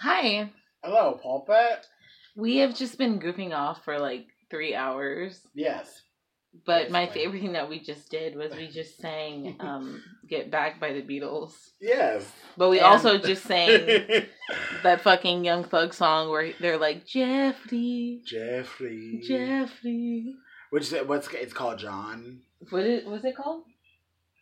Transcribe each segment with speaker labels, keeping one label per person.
Speaker 1: Hi.
Speaker 2: Hello, Pulpit.
Speaker 1: We have just been goofing off for like three hours,
Speaker 2: Yes.
Speaker 1: but my
Speaker 2: Basically.
Speaker 1: favorite thing that we just did was we just sang um, "Get Back" by the Beatles,
Speaker 2: Yes.
Speaker 1: but we
Speaker 2: And-
Speaker 1: also just sang that fucking Young Thug song where they're like Jeffrey,
Speaker 2: Jeffrey.
Speaker 1: Jeffrey.
Speaker 2: Which is, what's it's called John.
Speaker 1: What is what's it called?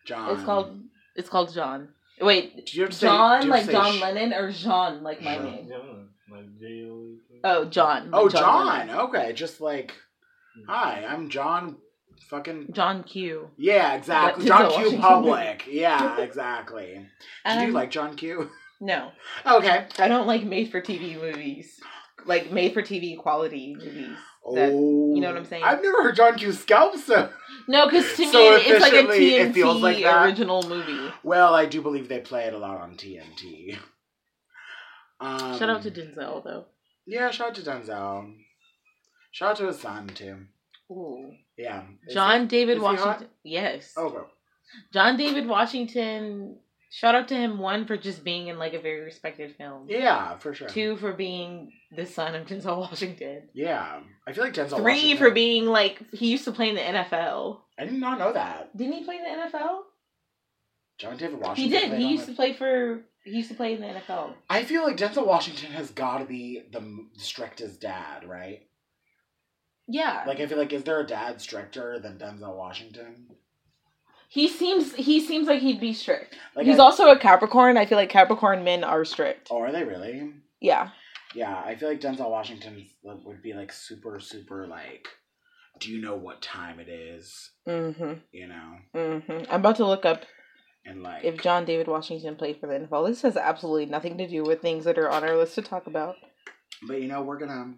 Speaker 2: John.
Speaker 1: It's called it's called John. Wait,
Speaker 2: Do you ever say-
Speaker 1: John
Speaker 2: do you ever
Speaker 1: like
Speaker 2: say
Speaker 1: John
Speaker 2: sh-
Speaker 1: Lennon or Jean like my
Speaker 2: Jean.
Speaker 1: name?
Speaker 3: Like J O E.
Speaker 1: Oh, John. like
Speaker 2: Oh,
Speaker 1: Lennon.
Speaker 2: John. Okay, just like hi, I'm John. Fucking
Speaker 1: John Q.
Speaker 2: yeah, exactly.
Speaker 1: But-
Speaker 2: John
Speaker 1: so-
Speaker 2: Q. Public. Yeah, exactly. Do you
Speaker 1: Um,
Speaker 2: like John Q?
Speaker 1: no.
Speaker 2: Okay.
Speaker 1: I don't like made for TV movies, like made for TV quality movies. That,
Speaker 2: oh,
Speaker 1: you know what I'm saying?
Speaker 2: I've never heard John Q. scalp so.
Speaker 1: no, because to
Speaker 2: So
Speaker 1: me it's like a
Speaker 2: efficiently, it
Speaker 1: TNT
Speaker 2: feels like that.
Speaker 1: original movie.
Speaker 2: Well, I do believe they play it a lot on TNT. Um,
Speaker 1: Shout out to Denzel though.
Speaker 2: Yeah, shout out to Denzel. Shout out to his son too.
Speaker 1: Ooh,
Speaker 2: Yeah, Is
Speaker 1: John
Speaker 2: is
Speaker 1: David
Speaker 2: he hot?
Speaker 1: Washington. Yes,
Speaker 2: he- Oh, well.
Speaker 1: John David Washington. Shout out to him one for just being in like a very respected film.
Speaker 2: yeah, for sure.
Speaker 1: Two for being the son of Denzel Washington.
Speaker 2: Yeah, I feel like Denzel.
Speaker 1: Three
Speaker 2: Washington-
Speaker 1: for being like he used to play in the NFL.
Speaker 2: I did not know that
Speaker 1: Didn't he play in the NFL?
Speaker 2: John David
Speaker 1: He
Speaker 2: Washington.
Speaker 1: did.
Speaker 2: played
Speaker 1: He
Speaker 2: on
Speaker 1: used
Speaker 2: the-
Speaker 1: to play for. He used to play in the NFL.
Speaker 2: I feel like Denzel Washington has got to be the m- strictest dad, right?
Speaker 1: Yeah.
Speaker 2: Like, I feel like is there a dad stricter than Denzel Washington?
Speaker 1: He seems he seems like he'd be strict.
Speaker 2: Like,
Speaker 1: He's
Speaker 2: I-
Speaker 1: also a Capricorn. I feel like Capricorn men are strict.
Speaker 2: Oh, are they really?
Speaker 1: Yeah.
Speaker 2: Yeah, I feel like Denzel Washington like, would be like super, super like. Do you know what time it is?
Speaker 1: Mhm.
Speaker 2: You know,
Speaker 1: Mhm. I'm about to look up
Speaker 2: and like
Speaker 1: if John David Washington played for the NFL. This has absolutely nothing to do with things that are on our list to talk about.
Speaker 2: But you know, we're gonna.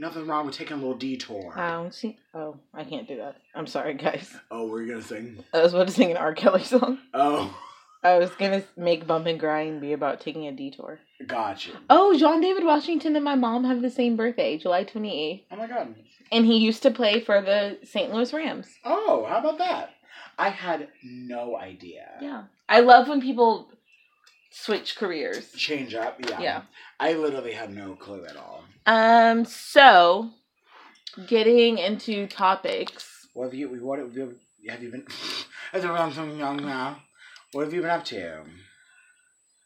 Speaker 2: Nothing wrong with taking a little detour.
Speaker 1: I don't see. Oh, I can't do that. I'm sorry, guys.
Speaker 2: oh, we're you gonna sing.
Speaker 1: I was about to sing an R. Kelly song.
Speaker 2: Oh,
Speaker 1: I was gonna make "Bump and Grind" be about taking a detour.
Speaker 2: gotcha. Oh,
Speaker 1: Oh, John David Washington and my mom have the same birthday, July 28th,
Speaker 2: Oh my god.
Speaker 1: and he used to play for the St. Louis Rams.
Speaker 2: Oh, how about that? I had no idea.
Speaker 1: Yeah. I love when people switch careers.
Speaker 2: Change up, yeah.
Speaker 1: Yeah.
Speaker 2: I literally had no clue at all.
Speaker 1: Um so getting into topics.
Speaker 2: What have you? What have you? Have you been? As I'm something young now. What have you been up to?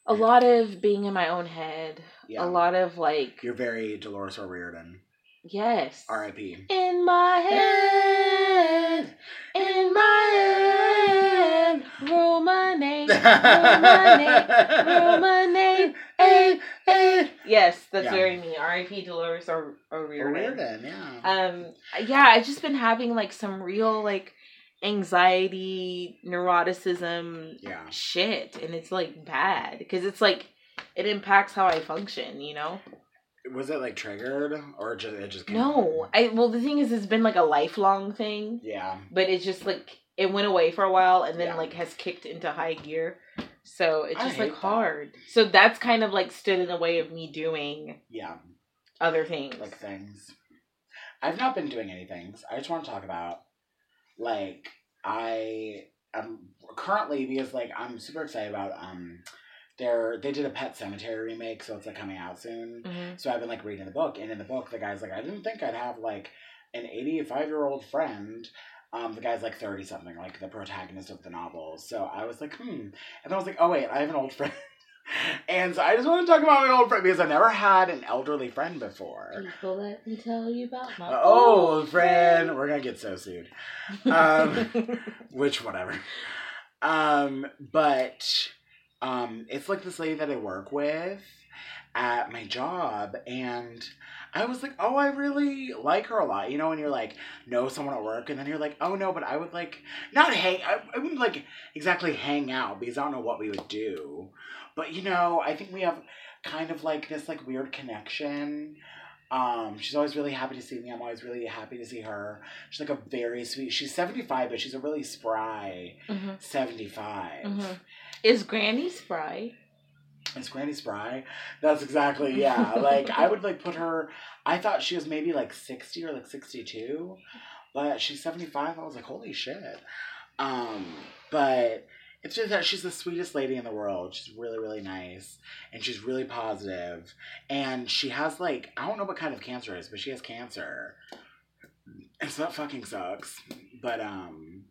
Speaker 1: A lot of being in my own head.
Speaker 2: Yeah.
Speaker 1: A lot of like
Speaker 2: You're very Dolores O'Riordan.
Speaker 1: yes.
Speaker 2: R.I.P.
Speaker 1: In my head. In my head. Ruminate. Ruminate. Ruminate.
Speaker 2: Eh, eh.
Speaker 1: Yes, that's
Speaker 2: Yeah. Oh,
Speaker 1: very me. R.I.P. Dolores or O'Riordan.
Speaker 2: O'Riordan, yeah.
Speaker 1: um yeah i've just been having like some real like anxiety neuroticism
Speaker 2: yeah.
Speaker 1: shit and it's like bad because it's like it impacts how i function you know
Speaker 2: Was it like triggered or just it just came
Speaker 1: no
Speaker 2: on?
Speaker 1: i well the thing is it's been like a lifelong thing
Speaker 2: Yeah.
Speaker 1: but it's just like it went away for a while and then
Speaker 2: Yeah.
Speaker 1: like has kicked into high gear so it's
Speaker 2: I
Speaker 1: just
Speaker 2: hate
Speaker 1: like
Speaker 2: that.
Speaker 1: hard so that's kind of like stood in the way of me doing
Speaker 2: Yeah.
Speaker 1: other things
Speaker 2: Like things. I've not been doing any things. I just want to talk about like I am currently because like I'm super excited about um their they did a pet cemetery remake, so it's like coming out soon.
Speaker 1: Mhm.
Speaker 2: So I've been like reading the book, and in the book, the guy's like, I didn't think I'd have like an 85 year old friend. Um, the guy's like 30 something, like the protagonist of the novel. So I was like, hmm. And then I was like, oh, wait, I have an old friend. and so I just want to talk about my old friend because I've never had an elderly friend before.
Speaker 1: People, let me tell you about my
Speaker 2: An
Speaker 1: oh,
Speaker 2: old friend. We're going to get so sued, Um, which, whatever. Um, but um, it's like this lady that I work with at my job and I was like, oh, I really like her a lot. You know, when you're like, know someone at work, and then you're like, oh no, but I would like, not hang, I, I wouldn't like exactly hang out because I don't know what we would do. But, you know, I think we have kind of like this like weird connection. Um, she's always really happy to see me. I'm always really happy to see her. She's like a very sweet, she's 75, but she's a really spry
Speaker 1: Mhm,
Speaker 2: 75.
Speaker 1: mhm. Is Granny spry?
Speaker 2: It's Granny Spry. That's exactly yeah. like I would like put her. I thought she was maybe like sixty or like sixty two, but she's seventy five. I was like, holy shit. Um, but It's just that she's the sweetest lady in the world. She's really, really nice. And she's really positive. And she has, like, I don't know what kind of cancer it is, but she has cancer. And so that fucking sucks. But, um,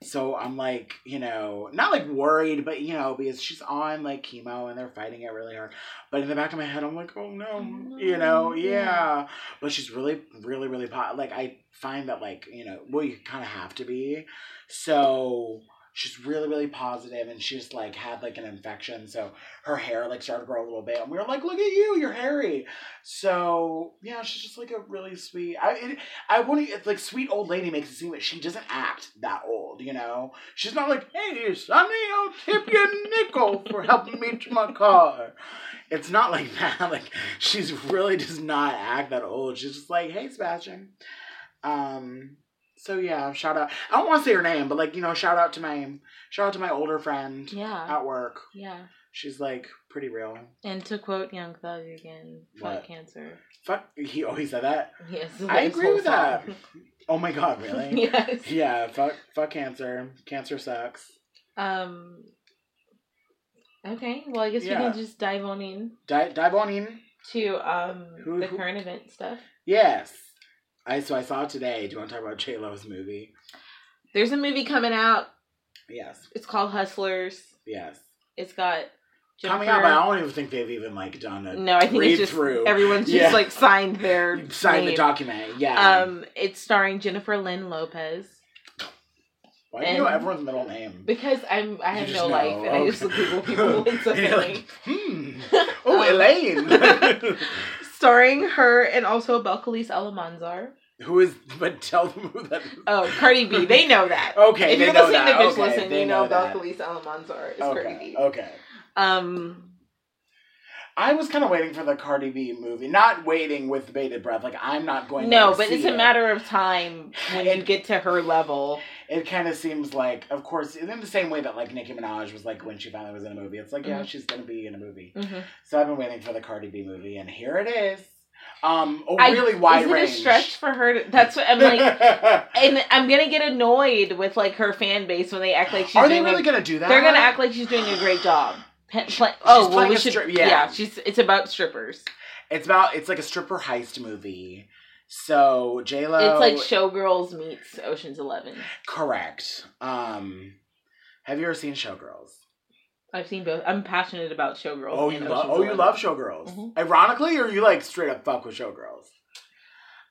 Speaker 2: so I'm like, you know, not like worried, but, you know, because she's on, like, chemo and they're fighting it really hard. But in the back of my head, I'm like, oh no, you know,
Speaker 1: Yeah.
Speaker 2: yeah. But she's really, really, really po- like I find that like you know, well, you kind of have to be. So she's really, really positive, and she just like had like an infection, so her hair like started to grow a little bit, and we were like, look at you, you're hairy. So yeah, she's just like a really sweet. I it, I want to like sweet old lady makes it seem that she doesn't act that old, you know. She's not like, hey, Sonny, I'll tip you a nickel for helping me to my car it's not like that. Like she's really does not act that old. She's just like, hey Sebastian. Um so yeah, shout out. I don't want to say her name, but like, you know, shout out to my shout out to my older friend
Speaker 1: Yeah.
Speaker 2: at work.
Speaker 1: Yeah.
Speaker 2: She's like pretty real.
Speaker 1: And to quote Young Thug again, fuck
Speaker 2: What?
Speaker 1: cancer.
Speaker 2: Fuck he always said that.
Speaker 1: Yes.
Speaker 2: I
Speaker 1: his
Speaker 2: agree
Speaker 1: whole
Speaker 2: with that.
Speaker 1: song.
Speaker 2: Oh my god, really?
Speaker 1: yes.
Speaker 2: yeah, fuck fuck cancer. Cancer sucks.
Speaker 1: Um. Okay. Well, I guess we
Speaker 2: Yeah.
Speaker 1: can just dive on in
Speaker 2: Di- dive on in.
Speaker 1: to um
Speaker 2: Who-
Speaker 1: the
Speaker 2: who-
Speaker 1: current event stuff.
Speaker 2: Yes. I so I saw today. Do you want to talk about J Lo's movie?
Speaker 1: There's a movie coming out.
Speaker 2: Yes.
Speaker 1: It's called Hustlers.
Speaker 2: Yes.
Speaker 1: It's got
Speaker 2: Coming up, I don't even think they've even like done a
Speaker 1: No, I think it's
Speaker 2: read
Speaker 1: just
Speaker 2: through.
Speaker 1: everyone's just
Speaker 2: Yeah.
Speaker 1: like signed their
Speaker 2: Sign the
Speaker 1: name.
Speaker 2: document, yeah.
Speaker 1: Um, it's starring Jennifer Lynn Lopez
Speaker 2: Why do you know
Speaker 1: and-
Speaker 2: everyone's middle name?
Speaker 1: because I'm I
Speaker 2: You
Speaker 1: have
Speaker 2: just
Speaker 1: no
Speaker 2: know,
Speaker 1: life and I
Speaker 2: okay.
Speaker 1: just Google people incessantly.
Speaker 2: You're like, hmm. Oh,
Speaker 1: Um,
Speaker 2: Elaine.
Speaker 1: starring her and also Belcalis Alamanzar.
Speaker 2: who is? But tell them who that.
Speaker 1: Oh, Cardi B. They know that.
Speaker 2: Okay,
Speaker 1: if
Speaker 2: they
Speaker 1: you're
Speaker 2: know
Speaker 1: listening
Speaker 2: that.
Speaker 1: to Bitch
Speaker 2: okay,
Speaker 1: Listen,
Speaker 2: they
Speaker 1: you know
Speaker 2: that.
Speaker 1: Belcalis Alamanzar is Cardi
Speaker 2: Okay,
Speaker 1: B.
Speaker 2: okay.
Speaker 1: Um,
Speaker 2: I was kind of waiting for the Cardi B movie, not waiting with bated breath. Like I'm not going.
Speaker 1: no,
Speaker 2: to
Speaker 1: but it's
Speaker 2: see
Speaker 1: a
Speaker 2: it.
Speaker 1: matter of time when you
Speaker 2: And-
Speaker 1: get to her level.
Speaker 2: It kind of seems like, of course, in the same way that like Nicki Minaj was like when she finally was in a movie. It's like,
Speaker 1: Mm-hmm.
Speaker 2: yeah, she's gonna be in a movie. So I've been waiting for the Cardi B movie, and here it is. Um, a
Speaker 1: I-
Speaker 2: really wide
Speaker 1: is it
Speaker 2: range.
Speaker 1: a stretch for her? To, that's what I'm like. and I'm gonna get annoyed with like her fan base when they act like she's
Speaker 2: Are they
Speaker 1: doing.
Speaker 2: really
Speaker 1: a,
Speaker 2: gonna do that?
Speaker 1: they're gonna act like she's doing a great job. Pe- pla- oh well,
Speaker 2: playing
Speaker 1: we
Speaker 2: a
Speaker 1: should.
Speaker 2: strip-
Speaker 1: yeah.
Speaker 2: yeah.
Speaker 1: she's. It's about strippers.
Speaker 2: It's about it's like a stripper heist movie. So J Lo,
Speaker 1: It's like
Speaker 2: Oh.
Speaker 1: Showgirls meets Ocean's Eleven.
Speaker 2: correct. Um, have you ever seen Showgirls?
Speaker 1: I've seen both. I'm passionate about Showgirls.
Speaker 2: Oh, you
Speaker 1: and
Speaker 2: love
Speaker 1: Ocean's
Speaker 2: oh you
Speaker 1: Eleven.
Speaker 2: love Showgirls.
Speaker 1: Mhm.
Speaker 2: Ironically, or you like straight up fuck with Showgirls?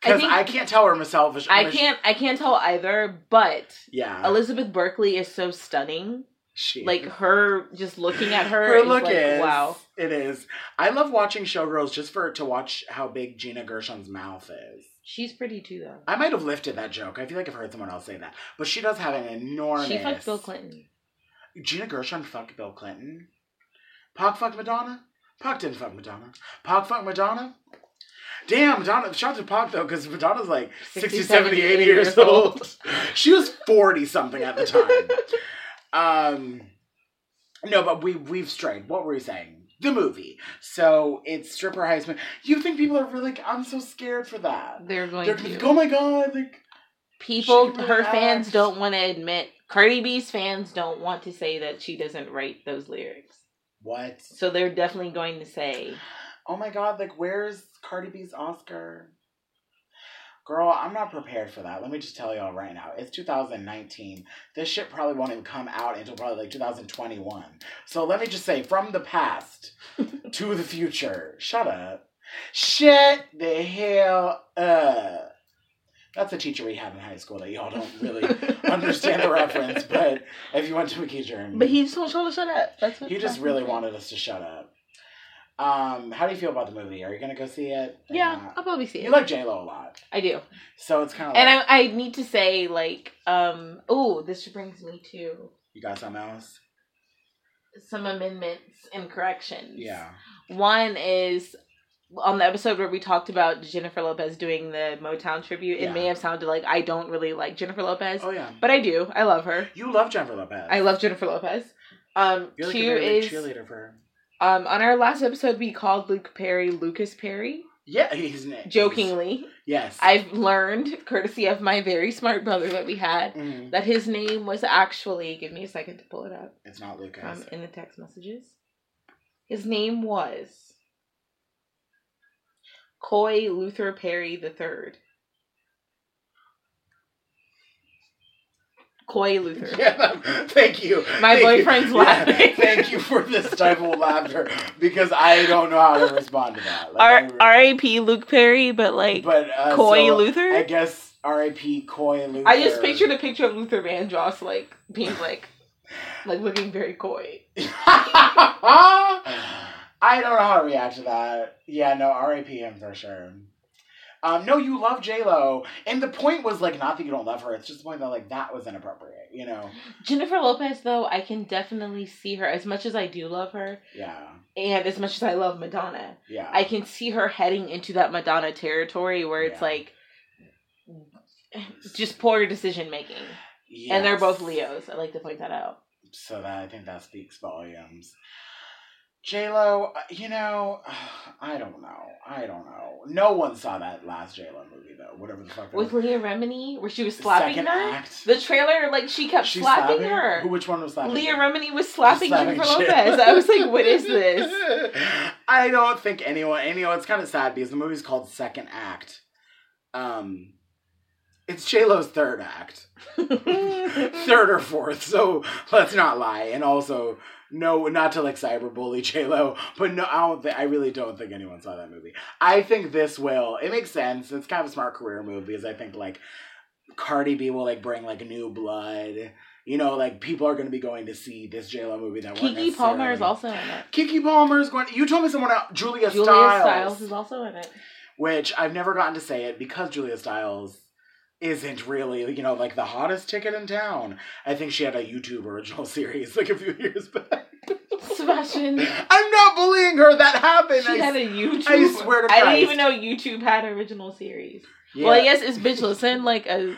Speaker 1: I
Speaker 2: Because
Speaker 1: think-
Speaker 2: I, can't tell her myself. if she-
Speaker 1: I
Speaker 2: if she-
Speaker 1: can't. I can't tell either. But
Speaker 2: Yeah,
Speaker 1: Elizabeth Berkley is so stunning.
Speaker 2: she
Speaker 1: Like her, just looking at her,
Speaker 2: her
Speaker 1: is
Speaker 2: look
Speaker 1: like,
Speaker 2: is
Speaker 1: wow.
Speaker 2: It is. I love watching Showgirls just for to watch how big Gina Gershon's mouth is.
Speaker 1: She's pretty too, though.
Speaker 2: I might have lifted that joke. I feel like I've heard someone else say that, but she does have an enormous.
Speaker 1: She fucked Bill Clinton.
Speaker 2: Gina Gershon fucked Bill Clinton. Pac fucked Madonna. Pac didn't fuck Madonna. Pac fucked Madonna. Damn, Madonna. Shout to Pac though, because Madonna's like 60, 70, 80 years old. She was 40 something at the time. um, no, but we, we've strayed. What were we saying? The movie. So it's stripper heist. mo- You think people are really, I'm so scared for that.
Speaker 1: They're going
Speaker 2: They're
Speaker 1: to.
Speaker 2: gonna be like, oh my god, like,
Speaker 1: people
Speaker 2: She really
Speaker 1: her
Speaker 2: acts.
Speaker 1: fans don't want to admit cardi b's fans don't want to say that she doesn't write those lyrics
Speaker 2: what?
Speaker 1: so they're definitely going to say
Speaker 2: oh my god, like where's Cardi B's Oscar? Girl, I'm not prepared for that. Let me just tell y'all right now. It's 2019. This shit probably won't even come out until probably like 2021. So let me just say, from the past to the future, shut up. Shut the hell up. That's a teacher we had in high school that y'all don't really understand the reference, but if you went to a teacher.
Speaker 1: but he just won't tell her to shut up that's what
Speaker 2: He just
Speaker 1: that's
Speaker 2: really
Speaker 1: what-
Speaker 2: wanted us to shut up. Um, how do you feel about the movie? Are you gonna go see it? or
Speaker 1: yeah
Speaker 2: not?
Speaker 1: i'll probably see
Speaker 2: You
Speaker 1: it
Speaker 2: like J Lo a lot,
Speaker 1: i do
Speaker 2: so it's kind of.
Speaker 1: and
Speaker 2: like,
Speaker 1: I, I need to say like um oh this brings me to
Speaker 2: you got something else?
Speaker 1: some amendments and corrections
Speaker 2: Yeah.
Speaker 1: One is on the episode where we talked about Jennifer Lopez doing the Motown tribute. It
Speaker 2: Yeah.
Speaker 1: may have sounded like I don't really like Jennifer Lopez,
Speaker 2: Oh yeah.
Speaker 1: but I do. I love her.
Speaker 2: You love Jennifer Lopez.
Speaker 1: I love Jennifer Lopez. Um,
Speaker 2: You're like
Speaker 1: two
Speaker 2: a very big
Speaker 1: is
Speaker 2: cheerleader for her.
Speaker 1: um on our last episode we called Luke Perry Lucas Perry,
Speaker 2: Yeah, he's Nick.
Speaker 1: Jokingly,
Speaker 2: Yes.
Speaker 1: I've learned, courtesy of my very smart brother that we had,
Speaker 2: Mhm.
Speaker 1: that his name was actually, give me a second to pull it up
Speaker 2: It's not Lucas.
Speaker 1: um, in the text messages. His name was Coy Luther Perry III. Coy Luther.
Speaker 2: Yeah, thank you.
Speaker 1: My
Speaker 2: Thank you.
Speaker 1: boyfriend's
Speaker 2: Yeah,
Speaker 1: laughing.
Speaker 2: thank you for this type of laughter because I don't know how to respond to that. Like,
Speaker 1: R-
Speaker 2: I-
Speaker 1: R.I.P. Luke Perry, but like
Speaker 2: but uh,
Speaker 1: Coy
Speaker 2: so
Speaker 1: Luther?
Speaker 2: I guess R.I.P. Coy Luther.
Speaker 1: I just pictured a picture of Luther Vandross like being like like looking very coy.
Speaker 2: I don't know how to react to that. Yeah, no, R.I.P. him for sure. Um, no, you love J Lo, and the point was like not that you don't love her. It's just the point that like that was inappropriate. You know?
Speaker 1: Jennifer Lopez though, I can definitely see her as much as I do love her
Speaker 2: Yeah,
Speaker 1: and as much as I love Madonna.
Speaker 2: yeah.
Speaker 1: I can see her heading into that Madonna territory where it's
Speaker 2: Yeah.
Speaker 1: like just poor decision making. And they're
Speaker 2: Yes.
Speaker 1: both Leos. I like to point that out.
Speaker 2: so that I think that speaks volumes. J Lo, you know, I don't know, I don't know. No one saw that last J Lo movie though. Whatever the fuck. that
Speaker 1: With
Speaker 2: was.
Speaker 1: Leah Remini, where she was slapping
Speaker 2: Second
Speaker 1: her.
Speaker 2: act.
Speaker 1: The trailer, like she kept
Speaker 2: She
Speaker 1: slapping,
Speaker 2: slapping
Speaker 1: her.
Speaker 2: Who? Which one was slapping?
Speaker 1: Leah
Speaker 2: her?
Speaker 1: Remini was slapping
Speaker 2: Slapping
Speaker 1: Jennifer
Speaker 2: J-Lo.
Speaker 1: Lopez. I was like, what is this?
Speaker 2: I don't think anyone. And you know, it's kind of sad because the movie's called Second Act. Um, it's J Lo's third act. third or fourth. So let's not lie, and also no, not to like cyberbully J Lo, but no, I don't. Th- I really don't think anyone saw that movie. I think this will. It makes sense. It's kind of a smart career move because I think like Cardi B will like bring like new blood. You know, like people are going to be going to see this J Lo movie that weren't
Speaker 1: Kiki Palmer is
Speaker 2: necessarily-
Speaker 1: also in it.
Speaker 2: Kiki Palmer is going. You told me someone else, Julia,
Speaker 1: Julia
Speaker 2: Stiles,
Speaker 1: Stiles. is also in it.
Speaker 2: which I've never gotten to say it because Julia Stiles isn't really, you know, like the hottest ticket in town. I think she had a YouTube original series like a few years back.
Speaker 1: Sebastian.
Speaker 2: I'm not bullying her. That happened.
Speaker 1: She
Speaker 2: I-
Speaker 1: had a YouTube.
Speaker 2: I swear to
Speaker 1: I
Speaker 2: Christ.
Speaker 1: didn't even know YouTube had original series.
Speaker 2: yeah,
Speaker 1: Well, I guess it's Bitchless and like a,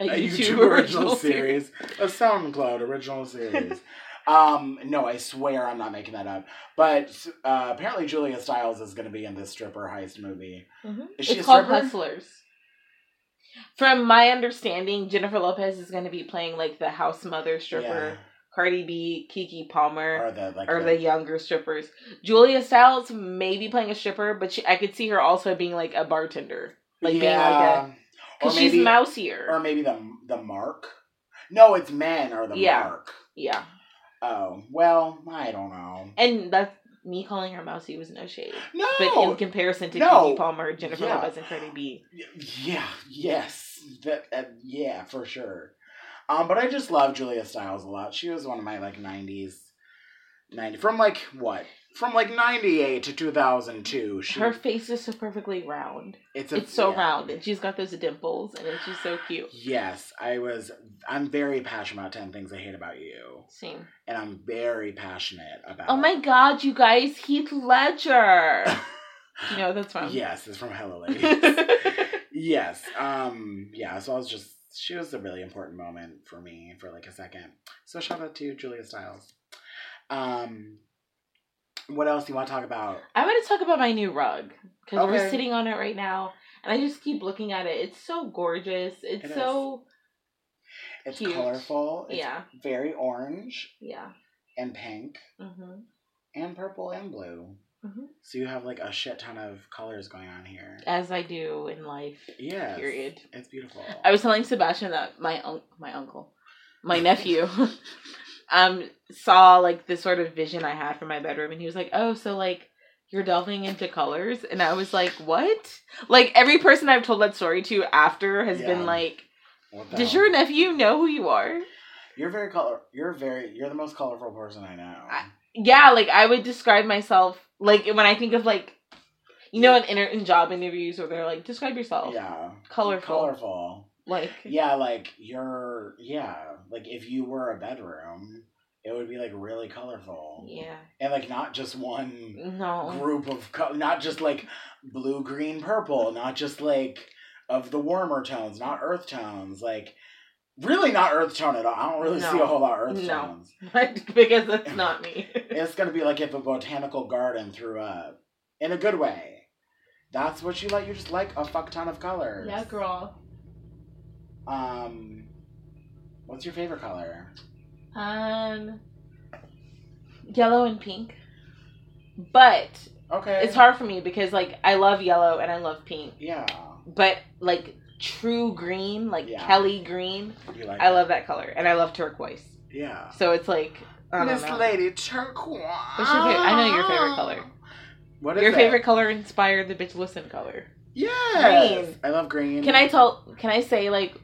Speaker 1: a,
Speaker 2: a
Speaker 1: YouTube, original series.
Speaker 2: a SoundCloud original series. um, no, I swear I'm not making that up. But uh, apparently Julia Stiles is going to be in this stripper heist movie.
Speaker 1: Mhm.
Speaker 2: Is she
Speaker 1: it's
Speaker 2: a
Speaker 1: called
Speaker 2: stripper?
Speaker 1: Hustlers. From my understanding, Jennifer Lopez is going to be playing like the house mother stripper, Cardi B, Kiki
Speaker 2: Yeah.
Speaker 1: Palmer,
Speaker 2: Or the like
Speaker 1: or
Speaker 2: the-
Speaker 1: the younger strippers. Julia Stiles may be playing a stripper, but she, I could see her also being like a bartender, like being like a
Speaker 2: Or
Speaker 1: because she's
Speaker 2: maybe-
Speaker 1: mousier.
Speaker 2: or maybe the the mark. No, it's men or the
Speaker 1: Yeah.
Speaker 2: mark.
Speaker 1: yeah,
Speaker 2: Oh well, I don't know.
Speaker 1: and that's me calling her mousy was no shade.
Speaker 2: No,
Speaker 1: But in comparison to
Speaker 2: No.
Speaker 1: Kiki Palmer, Jennifer
Speaker 2: Yeah.
Speaker 1: Lopez, and Cardi B,
Speaker 2: yeah, yes, that uh, yeah for sure. Um, but I just love Julia Stiles a lot. She was one of my like '90s, '90 from like what from like '98 to 2002. She,
Speaker 1: her face is so perfectly round.
Speaker 2: it's
Speaker 1: It's so
Speaker 2: yeah.
Speaker 1: round, and she's got those dimples, and it's just so cute.
Speaker 2: Yes, I was. I'm very passionate about ten things I hate about you,
Speaker 1: Same.
Speaker 2: and I'm very passionate about.
Speaker 1: Oh my God, you guys, Heath Ledger. you know that's from.
Speaker 2: Yes, it's from Hello Lady.
Speaker 1: Yeah.
Speaker 2: Yes. Um. Yeah. So I was just. She was a really important moment for me for like a second. So shout out to Julia Stiles. Um. What else do you want to talk about?
Speaker 1: I want to talk about my new rug because
Speaker 2: Okay.
Speaker 1: we're sitting on it right now, and I just keep looking at it. It's so gorgeous. It's
Speaker 2: It is.
Speaker 1: so
Speaker 2: It's
Speaker 1: Cute.
Speaker 2: colorful. It's
Speaker 1: yeah,
Speaker 2: Very orange
Speaker 1: yeah.
Speaker 2: and pink
Speaker 1: hmm
Speaker 2: and purple and blue.
Speaker 1: Mhm.
Speaker 2: So you have like a shit ton of colors going on here.
Speaker 1: As I do in life.
Speaker 2: Yeah.
Speaker 1: Period.
Speaker 2: It's beautiful.
Speaker 1: I was telling Sebastian that my un- my uncle, my nephew, um, saw like this sort of vision I had for my bedroom, and he was like, "Oh, so like you're delving into colors," and I was like, "What?" Like every person I've told that story to after has
Speaker 2: Yeah.
Speaker 1: been like,
Speaker 2: What the
Speaker 1: "Does
Speaker 2: hell?
Speaker 1: your nephew know who you are?"
Speaker 2: You're very color. You're very. You're the most colorful person I know.
Speaker 1: I- Yeah, like I would describe myself like when I think of like. You know, in, inter- in job interviews where they're like, describe yourself.
Speaker 2: yeah.
Speaker 1: oh, Colorful.
Speaker 2: Colorful.
Speaker 1: Like,
Speaker 2: Yeah, like you're yeah, like if you were a bedroom, it would be like really colorful.
Speaker 1: yeah.
Speaker 2: And like not just one
Speaker 1: No.
Speaker 2: group of co- not just like blue, green, purple, not just like of the warmer tones, not earth tones, like really not earth tone at all. I don't really see
Speaker 1: No.
Speaker 2: a whole lot of earth
Speaker 1: No.
Speaker 2: tones.
Speaker 1: because that's not me.
Speaker 2: It's going to be like if a botanical garden threw up in a good way. That's what you like. You just like a fuck ton of colors.
Speaker 1: Yeah, girl.
Speaker 2: Um, what's your favorite color?
Speaker 1: Um, yellow and pink. But
Speaker 2: Okay.
Speaker 1: it's hard for me because like I love yellow and I love pink,
Speaker 2: Yeah.
Speaker 1: but like true green, like
Speaker 2: Yeah.
Speaker 1: Kelly green,
Speaker 2: You like.
Speaker 1: I love that color and I love turquoise.
Speaker 2: Yeah.
Speaker 1: So it's like I don't
Speaker 2: Miss
Speaker 1: know.
Speaker 2: Lady Turquoise.
Speaker 1: What's your favorite- I know your favorite color.
Speaker 2: What is
Speaker 1: Your
Speaker 2: it?
Speaker 1: favorite color inspired the bitch listen color.
Speaker 2: Yes.
Speaker 1: Green.
Speaker 2: I love green.
Speaker 1: Can I tell? Can I say like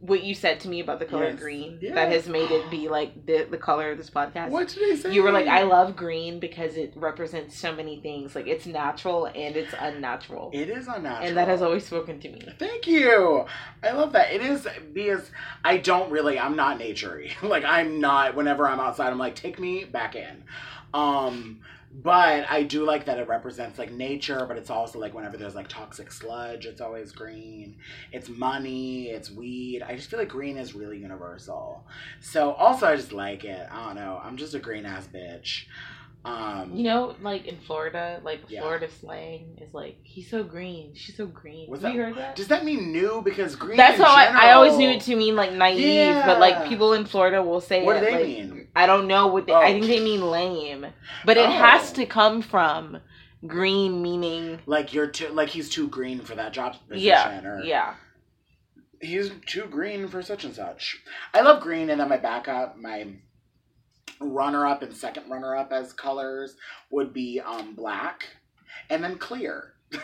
Speaker 1: what you said to me about the color
Speaker 2: Yes.
Speaker 1: green
Speaker 2: Yes.
Speaker 1: that has made it be like the the color of this podcast?
Speaker 2: What did I say?
Speaker 1: You were like, I love green because it represents so many things. Like it's natural and it's unnatural,
Speaker 2: It is unnatural.
Speaker 1: and that has always spoken to me.
Speaker 2: Thank you. I love that. It is because I don't really. I'm not naturey. Like I'm not. Whenever I'm outside, I'm like, take me back in. Um, but I do like that it represents like nature. But it's also like whenever there's like toxic sludge, it's always green. It's money. It's weed. I just feel like green is really universal. So also, I just like it. I don't know. I'm just a green ass bitch. Um,
Speaker 1: You know, like in Florida, like
Speaker 2: Yeah.
Speaker 1: Florida slang is like, he's so green, she's so green.
Speaker 2: What's
Speaker 1: Have you
Speaker 2: that-
Speaker 1: heard that?
Speaker 2: does that mean new? Because green.
Speaker 1: That's
Speaker 2: in
Speaker 1: how I, I always knew
Speaker 2: general-
Speaker 1: it to mean like naive, but
Speaker 2: Yeah.
Speaker 1: like people in Florida will say
Speaker 2: What
Speaker 1: it,
Speaker 2: do they
Speaker 1: like,
Speaker 2: mean?
Speaker 1: I don't know what they,
Speaker 2: Oh.
Speaker 1: I think they mean lame, but it
Speaker 2: Oh.
Speaker 1: has to come from green meaning
Speaker 2: like you're too like he's too green for that job position
Speaker 1: yeah
Speaker 2: or
Speaker 1: yeah
Speaker 2: he's too green for such and such i love green and then my backup my runner up and second runner up as colors would be um black and then clear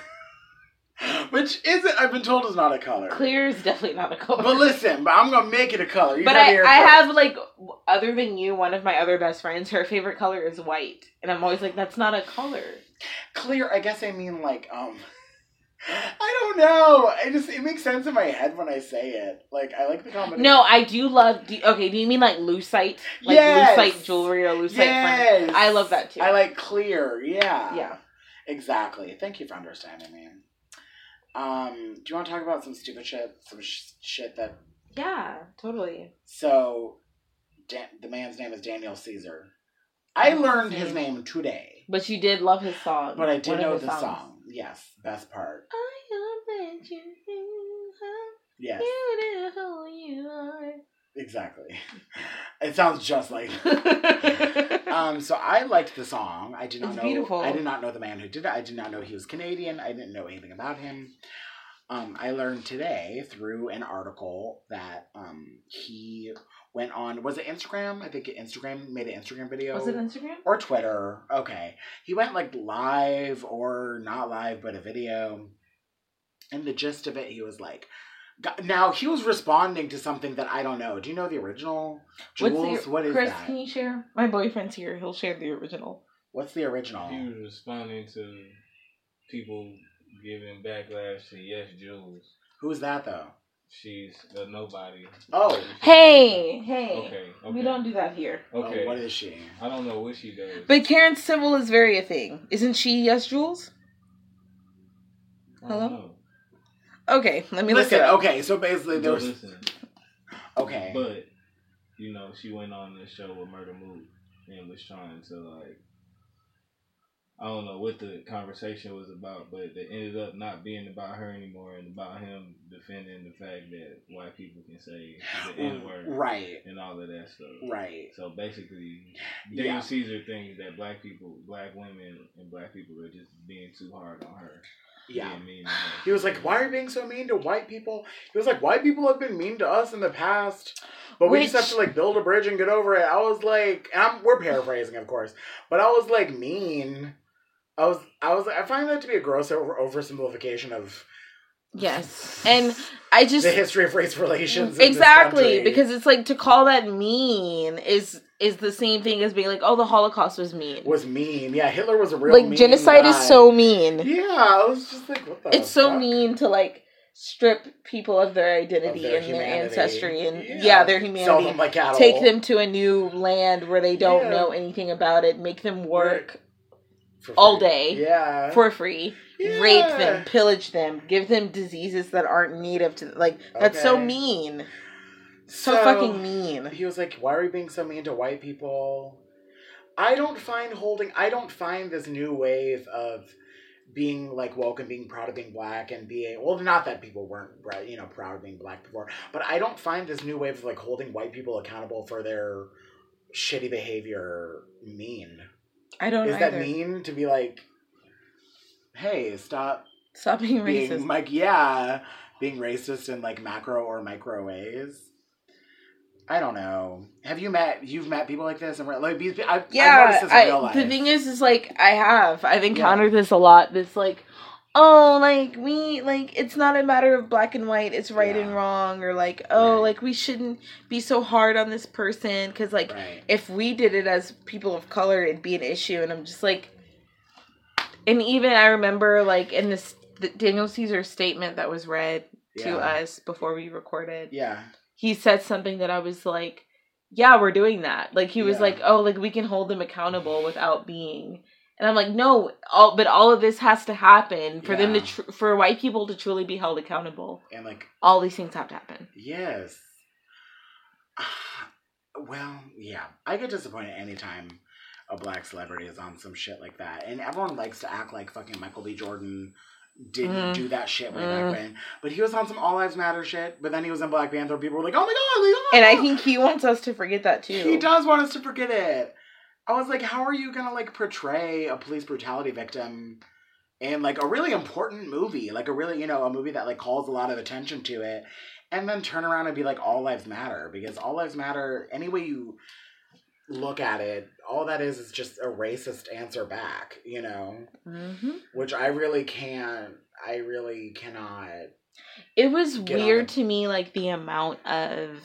Speaker 2: which isn't i've been told is not a color
Speaker 1: clear is definitely not a color
Speaker 2: but listen but i'm gonna make it a color you
Speaker 1: but
Speaker 2: gotta
Speaker 1: I,
Speaker 2: hear
Speaker 1: I
Speaker 2: it first.
Speaker 1: have like w- other than you one of my other best friends her favorite color is white and i'm always like that's not a color
Speaker 2: clear i guess i mean like um i don't know i just it makes sense in my head when i say it like i like the combination
Speaker 1: no i do love do, okay do you mean like lucite like
Speaker 2: Yes.
Speaker 1: lucite jewelry or lucite furniture?
Speaker 2: Yes.
Speaker 1: I love that too.
Speaker 2: I like clear. Yeah.
Speaker 1: Yeah.
Speaker 2: Exactly. Thank you for understanding me. Um, do you want to talk about some stupid shit? Some sh- shit that.
Speaker 1: yeah totally
Speaker 2: So, Dan- the man's name is Daniel Caesar. I learned his name today,
Speaker 1: but you did love his song
Speaker 2: but I did
Speaker 1: one of
Speaker 2: know
Speaker 1: his
Speaker 2: the
Speaker 1: songs.
Speaker 2: song. Yes, best part.
Speaker 1: i am that you how
Speaker 2: Yes,
Speaker 1: beautiful you are
Speaker 2: exactly. It sounds just like.
Speaker 1: it's
Speaker 2: Um, so I liked the song. I did not
Speaker 1: It's
Speaker 2: know.
Speaker 1: beautiful.
Speaker 2: I did not know the man who did it. I did not know he was Canadian. I didn't know anything about him. Um, I learned today through an article that um he went on. Was it Instagram? I think Instagram made an Instagram video.
Speaker 1: Was it Instagram?
Speaker 2: or Twitter. Okay. He went like live or not live, but a video. And the gist of it, he was like, Go- now he was responding to something that I don't know. Do you know the original?
Speaker 1: What's
Speaker 2: Jules,
Speaker 1: the,
Speaker 2: what is
Speaker 1: Chris,
Speaker 2: that?
Speaker 1: can you share? My boyfriend's here. He'll share the original.
Speaker 2: What's the original?
Speaker 3: He was responding to people giving backlash to Yes Jules.
Speaker 2: Who's that though?
Speaker 3: She's a nobody.
Speaker 2: Oh.
Speaker 1: Hey, hey.
Speaker 3: Okay. okay.
Speaker 1: We don't do that here.
Speaker 3: Okay.
Speaker 2: Oh, what is she?
Speaker 3: I don't know what she does.
Speaker 1: But Karen Civil is very a thing. Isn't she, yes, Jules?
Speaker 3: I don't
Speaker 1: hello?
Speaker 3: know.
Speaker 1: Okay, let me
Speaker 2: Listen,
Speaker 1: look it up.
Speaker 2: okay, so basically
Speaker 3: But
Speaker 2: there's
Speaker 3: listen,
Speaker 2: okay.
Speaker 3: But you know, she went on the show with Murder Mood and was trying to like, I don't know what the conversation was about, but it ended up not being about her anymore and about him defending the fact that white people can say the N word
Speaker 2: Right,
Speaker 3: and all of that stuff.
Speaker 2: right.
Speaker 3: So basically, Daniel
Speaker 2: Yeah.
Speaker 3: Caesar thinks that black people, black women, and black people are just being too hard on her.
Speaker 2: Yeah.
Speaker 3: being mean to her.
Speaker 2: He was like, Why are you being so mean to white people? He was like, White people have been mean to us in the past, but we just
Speaker 1: Which-
Speaker 2: have to like build a bridge and get over it. I was like, and I'm, we're paraphrasing, of course, but I was like, mean. I was, I was, I find that to be a gross over- oversimplification of
Speaker 1: Yes. And I just.
Speaker 2: the history of race relations. in this
Speaker 1: Exactly,
Speaker 2: country.
Speaker 1: because it's like to call that mean is is the same thing as being like, oh, the Holocaust was mean.
Speaker 2: was mean. Yeah, Hitler was a real
Speaker 1: like
Speaker 2: mean
Speaker 1: genocide
Speaker 2: guy.
Speaker 1: is so mean.
Speaker 2: Yeah, I was just like, what the?
Speaker 1: it's so
Speaker 2: Oh, fuck?
Speaker 1: mean to like strip people of their identity
Speaker 2: Of their
Speaker 1: and their
Speaker 2: humanity.
Speaker 1: ancestry and yeah,
Speaker 2: Yeah.
Speaker 1: their
Speaker 2: Sell
Speaker 1: humanity.
Speaker 2: them like cattle.
Speaker 1: Take them to a new land where they don't
Speaker 2: Yeah.
Speaker 1: know anything about it. Make them work
Speaker 2: For
Speaker 1: all
Speaker 2: free.
Speaker 1: day.
Speaker 2: Yeah.
Speaker 1: for free.
Speaker 2: Yeah.
Speaker 1: Rape them, pillage them, give them diseases that aren't native to like. That's so
Speaker 2: Okay.
Speaker 1: mean. So, fucking mean.
Speaker 2: He was like, "Why are you being so mean to white people?" I don't find holding. I don't find this new wave of being like woke and being proud of being black and being well, not that people weren't bra- you know proud of being black before, but I don't find this new wave of like holding white people accountable for their shitty behavior mean.
Speaker 1: I don't
Speaker 2: Is
Speaker 1: either.
Speaker 2: that mean to be like, hey, stop
Speaker 1: Stop being racist.
Speaker 2: being like yeah, being racist in like macro or micro ways? I don't know. Have you met you've met people like this and we're like these? I, I've noticed
Speaker 1: yeah,
Speaker 2: this in real
Speaker 1: I,
Speaker 2: life.
Speaker 1: the thing is, is like I have I've encountered this a lot. This like, oh, like we like it's not a matter of black and white. It's right and
Speaker 2: Yeah.
Speaker 1: wrong, or like oh,
Speaker 2: Right.
Speaker 1: like we shouldn't be so hard on this person because like
Speaker 2: right.
Speaker 1: if we did it as people of color, it'd be an issue. And I'm just like, and even I remember like in this the Daniel Caesar statement that was read
Speaker 2: yeah.
Speaker 1: to us before we recorded
Speaker 2: Yeah.
Speaker 1: he said something that I was like, yeah, we're doing that. Like he was
Speaker 2: Yeah.
Speaker 1: like, oh, like we can hold them accountable without being. And I'm like, no, all but all of this has to happen for them to
Speaker 2: Yeah.
Speaker 1: tr- for white people to truly be held accountable.
Speaker 2: And like
Speaker 1: All these things have to happen.
Speaker 2: Yes. Ah, Well, yeah. I get disappointed anytime a black celebrity is on some shit like that. And everyone likes to act like fucking Michael B. Jordan didn't
Speaker 1: Mm.
Speaker 2: do that shit way
Speaker 1: Mm.
Speaker 2: back when. But he was on some All Lives Matter shit, but then he was in Black Panther. People were like, oh my god, like, oh my
Speaker 1: And I
Speaker 2: God."
Speaker 1: think he wants us to forget that too.
Speaker 2: He does want us to forget it. I was like, how are you gonna like portray a police brutality victim in like a really important movie, like a really you know a movie that like calls a lot of attention to it, and then turn around and be like, all lives matter because all lives matter. Any way you look at it, all that is is just a racist answer back, you know,
Speaker 1: hmm
Speaker 2: which I really can't. I really cannot.
Speaker 1: It was
Speaker 2: Get on
Speaker 1: weird
Speaker 2: it.
Speaker 1: to me, like the amount of.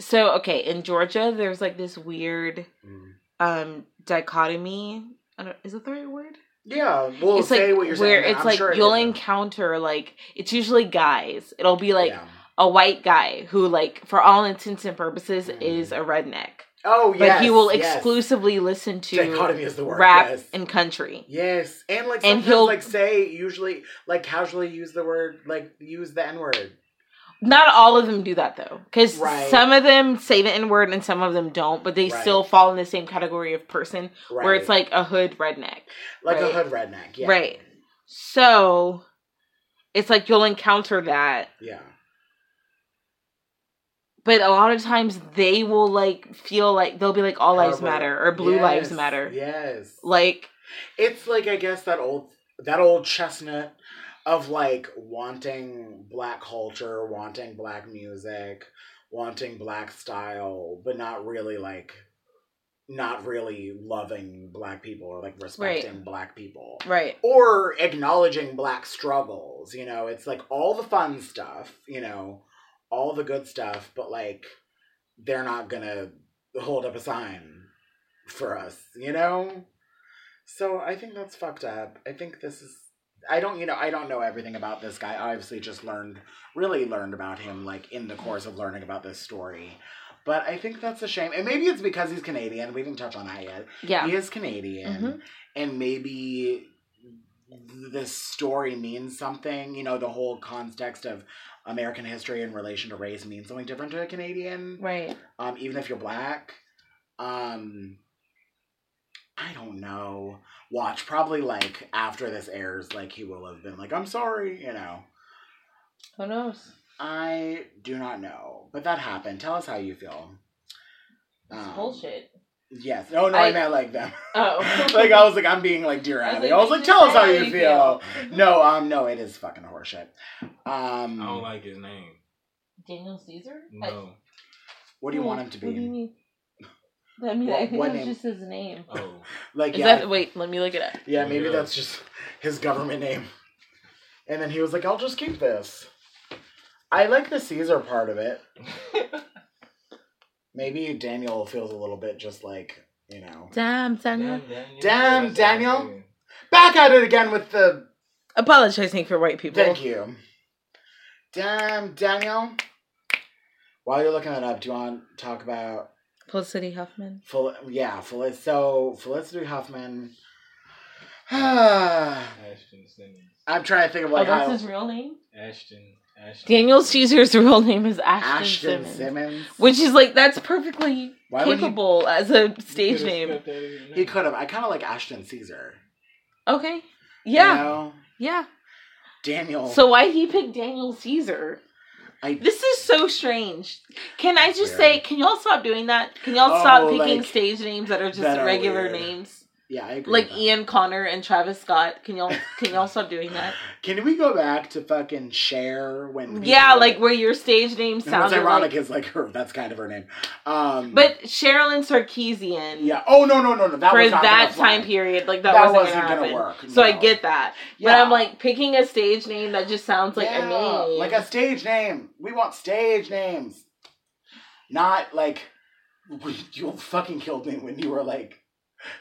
Speaker 1: So okay, in Georgia, there's like this weird
Speaker 2: Mm.
Speaker 1: um dichotomy. I don't, is that the right word?
Speaker 2: Yeah, well,
Speaker 1: it's
Speaker 2: say
Speaker 1: like
Speaker 2: what you're
Speaker 1: where
Speaker 2: saying.
Speaker 1: it's
Speaker 2: I'm
Speaker 1: like
Speaker 2: sure it
Speaker 1: you'll
Speaker 2: isn't.
Speaker 1: encounter like it's usually guys. It'll be like
Speaker 2: Yeah.
Speaker 1: a white guy who like for all intents and purposes
Speaker 2: Mhm.
Speaker 1: is a redneck.
Speaker 2: oh
Speaker 1: But
Speaker 2: yeah,
Speaker 1: he will
Speaker 2: yes.
Speaker 1: exclusively listen to
Speaker 2: dichotomy is the word.
Speaker 1: rap
Speaker 2: yes.
Speaker 1: and country.
Speaker 2: yes, and like
Speaker 1: And
Speaker 2: sometimes
Speaker 1: he'll-
Speaker 2: like say usually like casually use the word like use the n word.
Speaker 1: Not all of them do that though, because
Speaker 2: Right.
Speaker 1: some of them say the n word and some of them don't, but they
Speaker 2: Right.
Speaker 1: still fall in the same category of person
Speaker 2: Right.
Speaker 1: where it's like a hood redneck.
Speaker 2: like a
Speaker 1: right.
Speaker 2: hood redneck. Yeah.
Speaker 1: Right. So it's like you'll encounter that
Speaker 2: Yeah.
Speaker 1: but a lot of times they will like feel like they'll be like all lives
Speaker 2: However,
Speaker 1: matter or blue lives
Speaker 2: yes,
Speaker 1: matter
Speaker 2: Yes.
Speaker 1: like
Speaker 2: it's like I guess that old that old chestnut of like wanting black culture, wanting black music, wanting black style, but not really like not really loving black people or like respecting black people.
Speaker 1: right
Speaker 2: or acknowledging black struggles you know it's like all the fun stuff you know all the good stuff but like they're not gonna hold up a sign for us you know so i think that's fucked up i think this is i don't you know i don't know everything about this guy i obviously just learned really learned about him like in the course of learning about this story but i think that's a shame and maybe it's because he's canadian we didn't touch on that yet
Speaker 1: yeah
Speaker 2: he is Canadian,
Speaker 1: Mhm.
Speaker 2: and maybe this story means something. You know, the whole context of American history in relation to race means something different to a Canadian,
Speaker 1: right
Speaker 2: um, even if you're black. Um, I don't know. Watch probably like after this airs, like he will have been like, "I'm sorry," you know.
Speaker 1: who knows
Speaker 2: I do not know, but that happened. Tell us how you feel.
Speaker 1: it's
Speaker 2: Um,
Speaker 1: bullshit
Speaker 2: Yes. Oh no, I,
Speaker 1: I-
Speaker 2: meant like them.
Speaker 1: oh
Speaker 2: like I was like, I'm being like dear Abby. I was like, tell us how you feel. No, um, no, it is fucking horseshit.
Speaker 3: I
Speaker 1: Oh,
Speaker 3: don't
Speaker 2: Um,
Speaker 3: like his name.
Speaker 1: daniel caesar
Speaker 3: No.
Speaker 2: what do you want him to
Speaker 1: what do you
Speaker 2: be?
Speaker 1: mean i mean
Speaker 2: What-
Speaker 1: i think
Speaker 2: what
Speaker 1: that's
Speaker 2: name?
Speaker 1: just his name
Speaker 3: Oh.
Speaker 2: Like,
Speaker 1: is
Speaker 2: yeah,
Speaker 1: that wait let me look it up
Speaker 2: yeah, maybe
Speaker 3: Yeah.
Speaker 2: that's just his government name. And then he was like, I'll just keep this. I like the Caesar part of it. Maybe Daniel feels a little bit just like you know.
Speaker 1: damn daniel
Speaker 3: Daniel.
Speaker 2: Damn,
Speaker 3: That's
Speaker 2: Daniel.
Speaker 3: what I'm saying.
Speaker 2: Back at it again with the
Speaker 1: apologizing for white people
Speaker 2: Thank you. Damn, Daniel. While you're looking that up, do you want to talk about
Speaker 1: felicity huffman
Speaker 2: Fel- yeah, Fel- so Felicity Huffman. I'm
Speaker 3: Ashton Simmons.
Speaker 2: trying to think of like
Speaker 1: oh that's
Speaker 2: how
Speaker 1: his real name
Speaker 3: Ashton. Ashton.
Speaker 1: daniel caesar's real name is ashton,
Speaker 2: Ashton
Speaker 1: simmons,
Speaker 2: Simmons.
Speaker 1: which is like that's perfectly
Speaker 2: Why would he?
Speaker 1: capable as a
Speaker 3: You
Speaker 1: stage
Speaker 3: could've
Speaker 1: name.
Speaker 3: stuck that in your
Speaker 2: He
Speaker 3: name.
Speaker 2: could have. I kind of like Ashton Caesar.
Speaker 1: Okay. Yeah.
Speaker 2: You know?
Speaker 1: Yeah.
Speaker 2: Daniel.
Speaker 1: So why he picked Daniel Caesar?
Speaker 2: I-
Speaker 1: this is so strange. Can I just
Speaker 2: Weird.
Speaker 1: say, can y'all stop doing that? Can y'all
Speaker 2: Oh,
Speaker 1: stop picking
Speaker 2: like,
Speaker 1: stage names that are just
Speaker 2: that are
Speaker 1: regular
Speaker 2: weird.
Speaker 1: names?
Speaker 2: yeah, I agree.
Speaker 1: Like
Speaker 2: with that.
Speaker 1: Ian Connor and Travis Scott. Can y'all can y'all stop doing that?
Speaker 2: Can we go back to fucking share when?
Speaker 1: Yeah, like where your stage name
Speaker 2: And what's
Speaker 1: sounded
Speaker 2: ironic
Speaker 1: like.
Speaker 2: is like her. That's kind of her name. Um,
Speaker 1: But Sherilyn Sarkeesian
Speaker 2: yeah. Oh no no no no. That
Speaker 1: for
Speaker 2: was not
Speaker 1: that
Speaker 2: gonna fly.
Speaker 1: time period, like that,
Speaker 2: That,
Speaker 1: wasn't,
Speaker 2: wasn't,
Speaker 1: gonna,
Speaker 2: gonna,
Speaker 1: happen.
Speaker 2: work.
Speaker 1: So I
Speaker 2: no.
Speaker 1: get that, but
Speaker 2: Yeah.
Speaker 1: I'm like picking a stage name that just sounds like a
Speaker 2: Yeah,
Speaker 1: name.
Speaker 2: like a stage name. We want stage names, not like you fucking killed me when you were like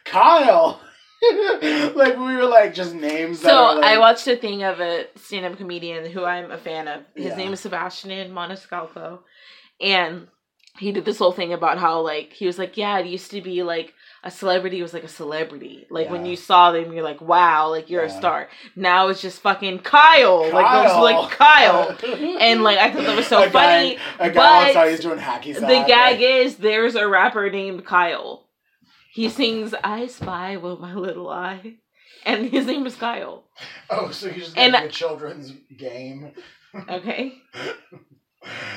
Speaker 2: Kyle. like we were like just names. that
Speaker 1: So
Speaker 2: are, like,
Speaker 1: I watched a thing of a stand-up comedian who I'm a fan of. His
Speaker 2: Yeah.
Speaker 1: name is Sebastian Maniscalco, and he did this whole thing about how like he was like, yeah, it used to be like a celebrity was like a celebrity. Like when
Speaker 2: Yeah.
Speaker 1: you saw them, you're like, wow, like you're
Speaker 2: Yeah.
Speaker 1: a star. Now it's just fucking Kyle, like they'll just, like Kyle, and like I thought that was so
Speaker 2: A guy-
Speaker 1: funny.
Speaker 2: A guy,
Speaker 1: but
Speaker 2: sorry, he's doing hacky sack.
Speaker 1: the gag
Speaker 2: like,
Speaker 1: is there's a rapper named Kyle. He sings "I Spy with My Little Eye," and his name is Kyle.
Speaker 2: oh, so he's just
Speaker 1: and-
Speaker 2: making a children's game.
Speaker 1: Okay.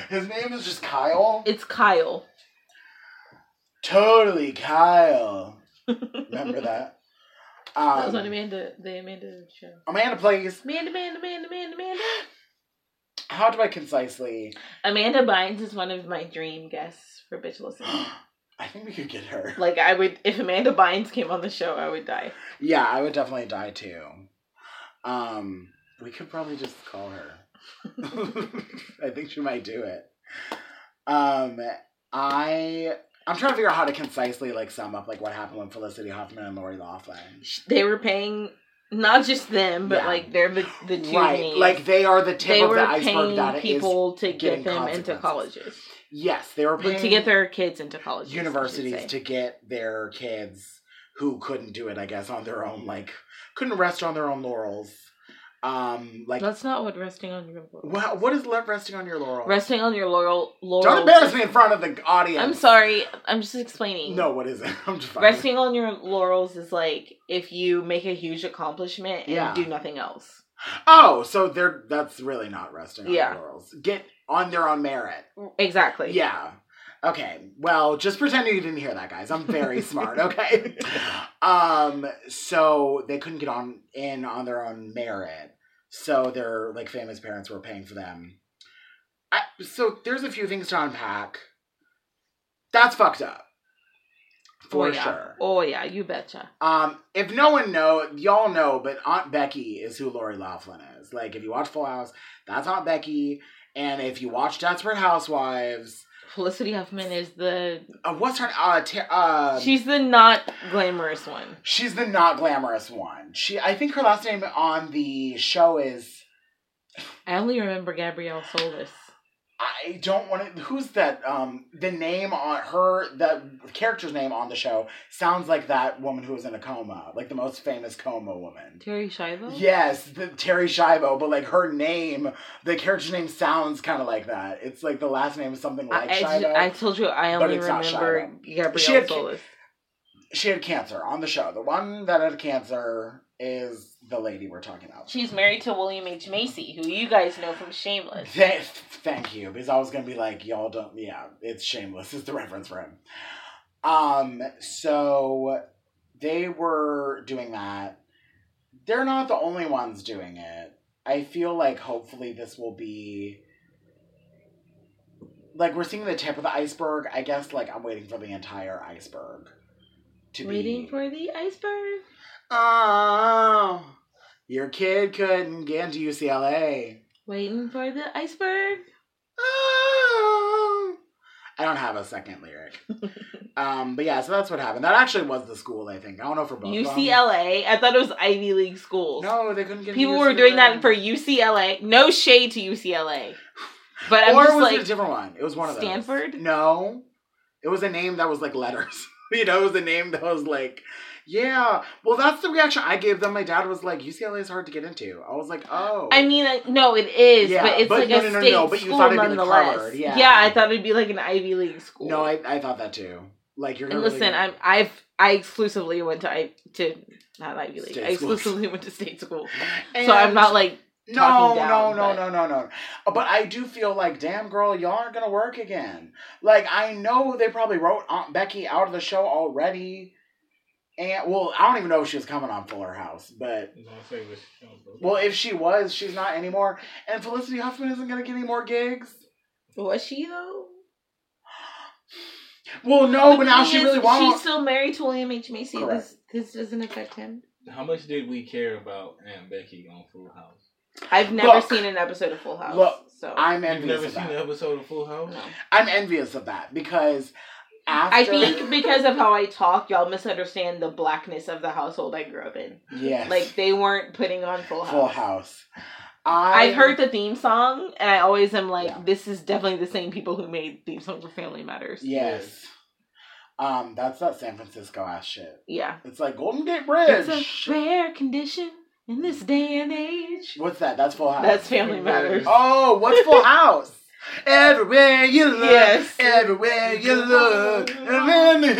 Speaker 2: His name is just Kyle.
Speaker 1: It's Kyle.
Speaker 2: totally Kyle. Remember that? Um,
Speaker 1: that was on Amanda, the Amanda show.
Speaker 2: Amanda, please.
Speaker 1: Amanda, Amanda, Amanda, Amanda, Amanda.
Speaker 2: How do I concisely?
Speaker 1: Amanda Bynes is one of my dream guests for Bitch Listen.
Speaker 2: I think we could get her.
Speaker 1: Like I would, if Amanda Bynes came on the show, I would die.
Speaker 2: Yeah, I would definitely die too. Um, we could probably just call her. I think she might do it. Um, I I'm trying to figure out how to concisely like sum up like what happened with Felicity Huffman and Lori Laughlin.
Speaker 1: Sh- They were paying not just them, but
Speaker 2: Yeah.
Speaker 1: like they're the the two
Speaker 2: Right,
Speaker 1: names.
Speaker 2: like they are the tip
Speaker 1: they
Speaker 2: of
Speaker 1: were
Speaker 2: the iceberg that
Speaker 1: paying
Speaker 2: is-
Speaker 1: people to get
Speaker 2: getting
Speaker 1: them into
Speaker 2: consequences.
Speaker 1: colleges,
Speaker 2: yes, they were paying
Speaker 1: to get their kids into colleges, I should say.
Speaker 2: universities to get their kids who couldn't do it, I guess, on their own, like couldn't rest on their own laurels. Um, like
Speaker 1: That's not what resting on your laurel.
Speaker 2: Wow, what is left resting on your laurel?
Speaker 1: Resting on your laurel. laurel
Speaker 2: Don't embarrass me in front of the audience.
Speaker 1: I'm sorry. I'm just explaining.
Speaker 2: No, what is it? I'm just fine.
Speaker 1: Resting on your laurels is like if you make a huge accomplishment and
Speaker 2: Yeah.
Speaker 1: do nothing else.
Speaker 2: Oh, so they're that's really not resting on
Speaker 1: Yeah.
Speaker 2: their laurels. Get on their own merit.
Speaker 1: Mm. Exactly.
Speaker 2: Yeah. Okay. Well, just pretend you didn't hear that, guys. I'm very smart. Okay. Um. So they couldn't get on in on their own merit. So their like famous parents were paying for them. I, so there's a few things to unpack. That's fucked up. For
Speaker 1: oh, yeah.
Speaker 2: sure.
Speaker 1: Oh yeah, you betcha.
Speaker 2: Um, if no one know, y'all know, but Aunt Becky is who Lori Laughlin is. Like, if you watch Full House, that's Aunt Becky. And if you watch Desperate Housewives,
Speaker 1: Felicity Huffman is the
Speaker 2: uh, what's her? Uh, ta- uh,
Speaker 1: she's the not glamorous one.
Speaker 2: she's the not glamorous one. She, I think her last name on the show is.
Speaker 1: I only remember Gabrielle Solis.
Speaker 2: I don't want to. Who's that? Um, the name on her, the character's name on the show sounds like that woman who was in a coma, like the most famous coma woman.
Speaker 1: Terry Shivo?
Speaker 2: Yes, the Terry Schiavo, but like her name, the character name sounds kind of like that. It's like the last name is something like
Speaker 1: I,
Speaker 2: Schiavo.
Speaker 1: I, I told you I
Speaker 2: But
Speaker 1: only
Speaker 2: it's not
Speaker 1: remember
Speaker 2: Shivo. She
Speaker 1: Gabrielle
Speaker 2: had-
Speaker 1: Solis.
Speaker 2: she had cancer on the show. The one that had cancer is the lady we're talking about.
Speaker 1: She's married to William H. Macy, who you guys know from Shameless.
Speaker 2: Th- thank you, because I was gonna be like, y'all don't. Yeah, it's shameless. Is the reference for him. Um, so they were doing that. They're not the only ones doing it. I feel like hopefully this will be like we're seeing the tip of the iceberg. I guess like I'm waiting for the entire iceberg to
Speaker 1: Waiting
Speaker 2: be.
Speaker 1: for the iceberg.
Speaker 2: oh, your kid couldn't get into UCLA.
Speaker 1: Waiting for the iceberg.
Speaker 2: Oh. I don't have a second lyric. um, but yeah, so that's what happened. That actually was the school, I think. I don't know for both. of them.
Speaker 1: UCLA. I thought it was Ivy League schools.
Speaker 2: No, they couldn't get.
Speaker 1: People
Speaker 2: into
Speaker 1: were doing
Speaker 2: UCLA.
Speaker 1: that for UCLA. No shade to UCLA. But I'm
Speaker 2: or
Speaker 1: just
Speaker 2: was
Speaker 1: like,
Speaker 2: it a different one? It was one of those.
Speaker 1: Stanford?
Speaker 2: No, it was a name that was like letters. you know, it was a name that was like, yeah. Well, that's the reaction I gave them. My dad was like, UCLA is hard to get into. I was like, oh.
Speaker 1: I mean, I- no, it is,
Speaker 2: Yeah,
Speaker 1: but it's
Speaker 2: but
Speaker 1: like
Speaker 2: no,
Speaker 1: a
Speaker 2: no, no, no,
Speaker 1: state
Speaker 2: but you
Speaker 1: school
Speaker 2: thought it'd be like
Speaker 1: nonetheless.
Speaker 2: Harvard,
Speaker 1: yeah.
Speaker 2: yeah.
Speaker 1: I thought it'd be like an Ivy League school.
Speaker 2: no, I, I thought that too. Like you're
Speaker 1: and
Speaker 2: gonna
Speaker 1: listen,
Speaker 2: really-
Speaker 1: I'm, I've I exclusively went to I to not Ivy League.
Speaker 2: State
Speaker 1: I
Speaker 2: schools.
Speaker 1: exclusively went to state school, so I'm not like
Speaker 2: No,
Speaker 1: talking down,
Speaker 2: no,
Speaker 1: but-
Speaker 2: no, no, no, no. Uh, But I do feel like, damn girl, y'all aren't gonna work again. Like I know they probably wrote Aunt Becky out of the show already, and well, I don't even know if she was coming on Fuller House, but
Speaker 3: It's my favorite show, bro.
Speaker 2: well, if she was, she's not anymore. And Felicity Huffman isn't gonna get any more gigs.
Speaker 1: was she though?
Speaker 2: Well, no,
Speaker 1: The
Speaker 2: Oh, but now
Speaker 1: thing
Speaker 2: she
Speaker 1: is,
Speaker 2: really won't.
Speaker 1: She's still married to William H Macy.
Speaker 2: Correct.
Speaker 1: This this doesn't affect him.
Speaker 3: How much did we care about Aunt Becky on Full House?
Speaker 1: I've never
Speaker 2: Look.
Speaker 1: seen an episode of Full House.
Speaker 2: Look,
Speaker 1: so
Speaker 2: I'm
Speaker 3: You've
Speaker 2: envious
Speaker 3: never
Speaker 2: of
Speaker 3: seen an
Speaker 2: that.
Speaker 3: episode of Full House?
Speaker 1: no.
Speaker 2: I'm envious of that because after
Speaker 1: I think because of how I talk, y'all misunderstand the blackness of the household I grew up in.
Speaker 2: yes,
Speaker 1: Like they weren't putting on Full House.
Speaker 2: Full House. I
Speaker 1: I've heard the theme song, and I always am like,
Speaker 2: Yeah.
Speaker 1: this is definitely the same people who made theme song for Family Matters.
Speaker 2: Yes. Um, that's that San Francisco ass shit.
Speaker 1: Yeah.
Speaker 2: It's like Golden Gate
Speaker 1: It's
Speaker 2: Bridge.
Speaker 1: a rare condition in this day and age.
Speaker 2: What's that? That's Full House.
Speaker 1: That's Family Matters.
Speaker 2: oh, what's Full House? Everywhere you look,
Speaker 1: Yes.
Speaker 2: everywhere you look. around the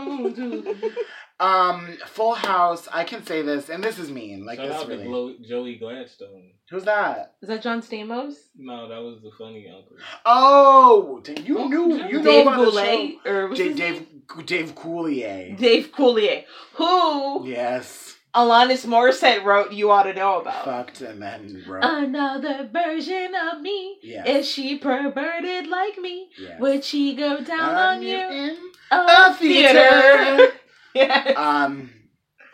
Speaker 2: hood. Um, Full House. I can say this, and this is mean. Like
Speaker 3: Shout
Speaker 2: this
Speaker 3: out
Speaker 2: really.
Speaker 3: to Glo- Joey Gladstone.
Speaker 2: Who's that?
Speaker 1: Is that John Stamos?
Speaker 3: No, that was the funny uncle.
Speaker 2: Oh, d- you knew. You know
Speaker 1: Dave
Speaker 2: about
Speaker 1: Goulet? Or
Speaker 2: the
Speaker 1: what's
Speaker 2: show.
Speaker 1: his
Speaker 2: Dave Dave Dave
Speaker 1: name?
Speaker 2: Coulier.
Speaker 1: Dave Coulier, who
Speaker 2: Yes,
Speaker 1: Alanis Morissette wrote You Ought to Know About.
Speaker 2: fucked and then wrote.
Speaker 1: Uh, Another version of me.
Speaker 2: yeah,
Speaker 1: Is she perverted like me?
Speaker 2: yeah.
Speaker 1: Would she go down on you?
Speaker 2: in
Speaker 1: A theater. yeah.
Speaker 2: um,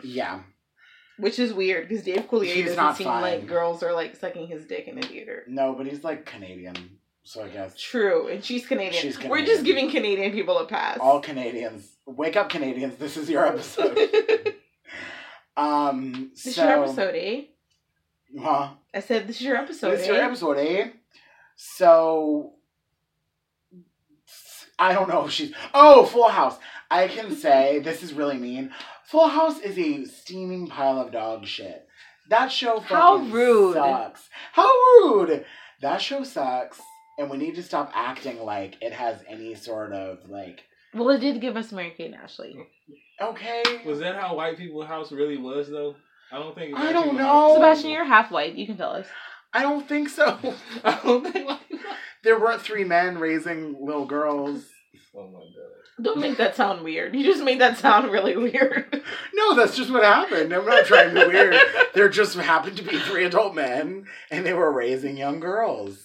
Speaker 2: yeah.
Speaker 1: Which is weird because Dave
Speaker 2: He's
Speaker 1: Coulier doesn't
Speaker 2: not
Speaker 1: seem
Speaker 2: fine.
Speaker 1: like girls are like sucking his dick in the theater.
Speaker 2: No, but he's like Canadian, so I guess
Speaker 1: True, and she's Canadian.
Speaker 2: She's
Speaker 1: We're
Speaker 2: Canadian.
Speaker 1: just giving Canadian people a pass.
Speaker 2: all Canadians. Wake up, Canadians! This is your episode. um,
Speaker 1: this is
Speaker 2: so
Speaker 1: your episode, eh?
Speaker 2: huh?
Speaker 1: I said this is your episode.
Speaker 2: This is your
Speaker 1: eh?
Speaker 2: episode, eh? So I don't know if she's oh Full House. I can say this is really mean. Full House is a steaming pile of dog shit. That show fucking
Speaker 1: How rude.
Speaker 2: sucks. How rude! That show sucks, and we need to stop acting like it has any sort of like
Speaker 1: Well, it did give us Mary Kate and Ashley.
Speaker 2: okay.
Speaker 3: Was that how white people's house really was though? I don't think.
Speaker 2: I don't
Speaker 3: white people's
Speaker 2: know.
Speaker 3: house-
Speaker 1: Sebastian, you're half white. You can tell us.
Speaker 2: I don't think so.
Speaker 3: I don't think. White people-
Speaker 2: there weren't three men raising little girls.
Speaker 3: oh my god.
Speaker 1: Don't make that sound weird. You just made that sound really weird.
Speaker 2: No, that's just what happened. I'm not trying to be weird. There just happened to be three adult men, and they were raising young girls.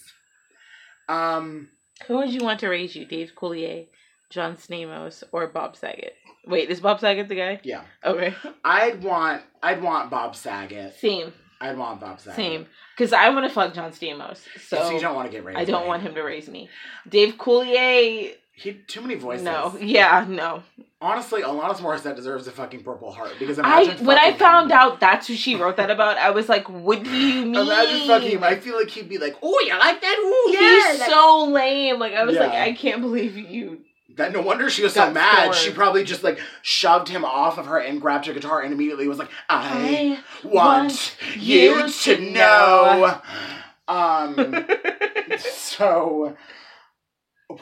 Speaker 2: Um,
Speaker 1: Who would you want to raise you, Dave Coulier, John Stamos, or Bob Saget? Wait, is Bob Saget the guy?
Speaker 2: yeah,
Speaker 1: Okay.
Speaker 2: I'd want, I'd want Bob Saget.
Speaker 1: Same,
Speaker 2: I'd want Bob Saget.
Speaker 1: same. Because I want to fuck John Stamos, so,
Speaker 2: So, you don't want to get raised.
Speaker 1: I
Speaker 2: by
Speaker 1: don't want him to raise me. Dave Coulier,
Speaker 2: He too many voices.
Speaker 1: no, yeah, no.
Speaker 2: Honestly, Alanis Morissette deserves a fucking Purple Heart because
Speaker 1: I
Speaker 2: imagine
Speaker 1: when I
Speaker 2: fucking
Speaker 1: found
Speaker 2: him.
Speaker 1: out that's who she wrote that about, I was like, what do you mean?
Speaker 2: Imagine fucking him. I feel like he'd be like, "Oh, you like that? Ooh, yeah."
Speaker 1: He's
Speaker 2: like-
Speaker 1: so lame. Like I was like,
Speaker 2: Yeah.
Speaker 1: I can't believe you.
Speaker 2: That no wonder she was so
Speaker 1: Got
Speaker 2: mad. She
Speaker 1: scorned.
Speaker 2: probably just like shoved him off of her and grabbed her guitar and immediately was like, "I,
Speaker 1: I
Speaker 2: want you to know." Um. so,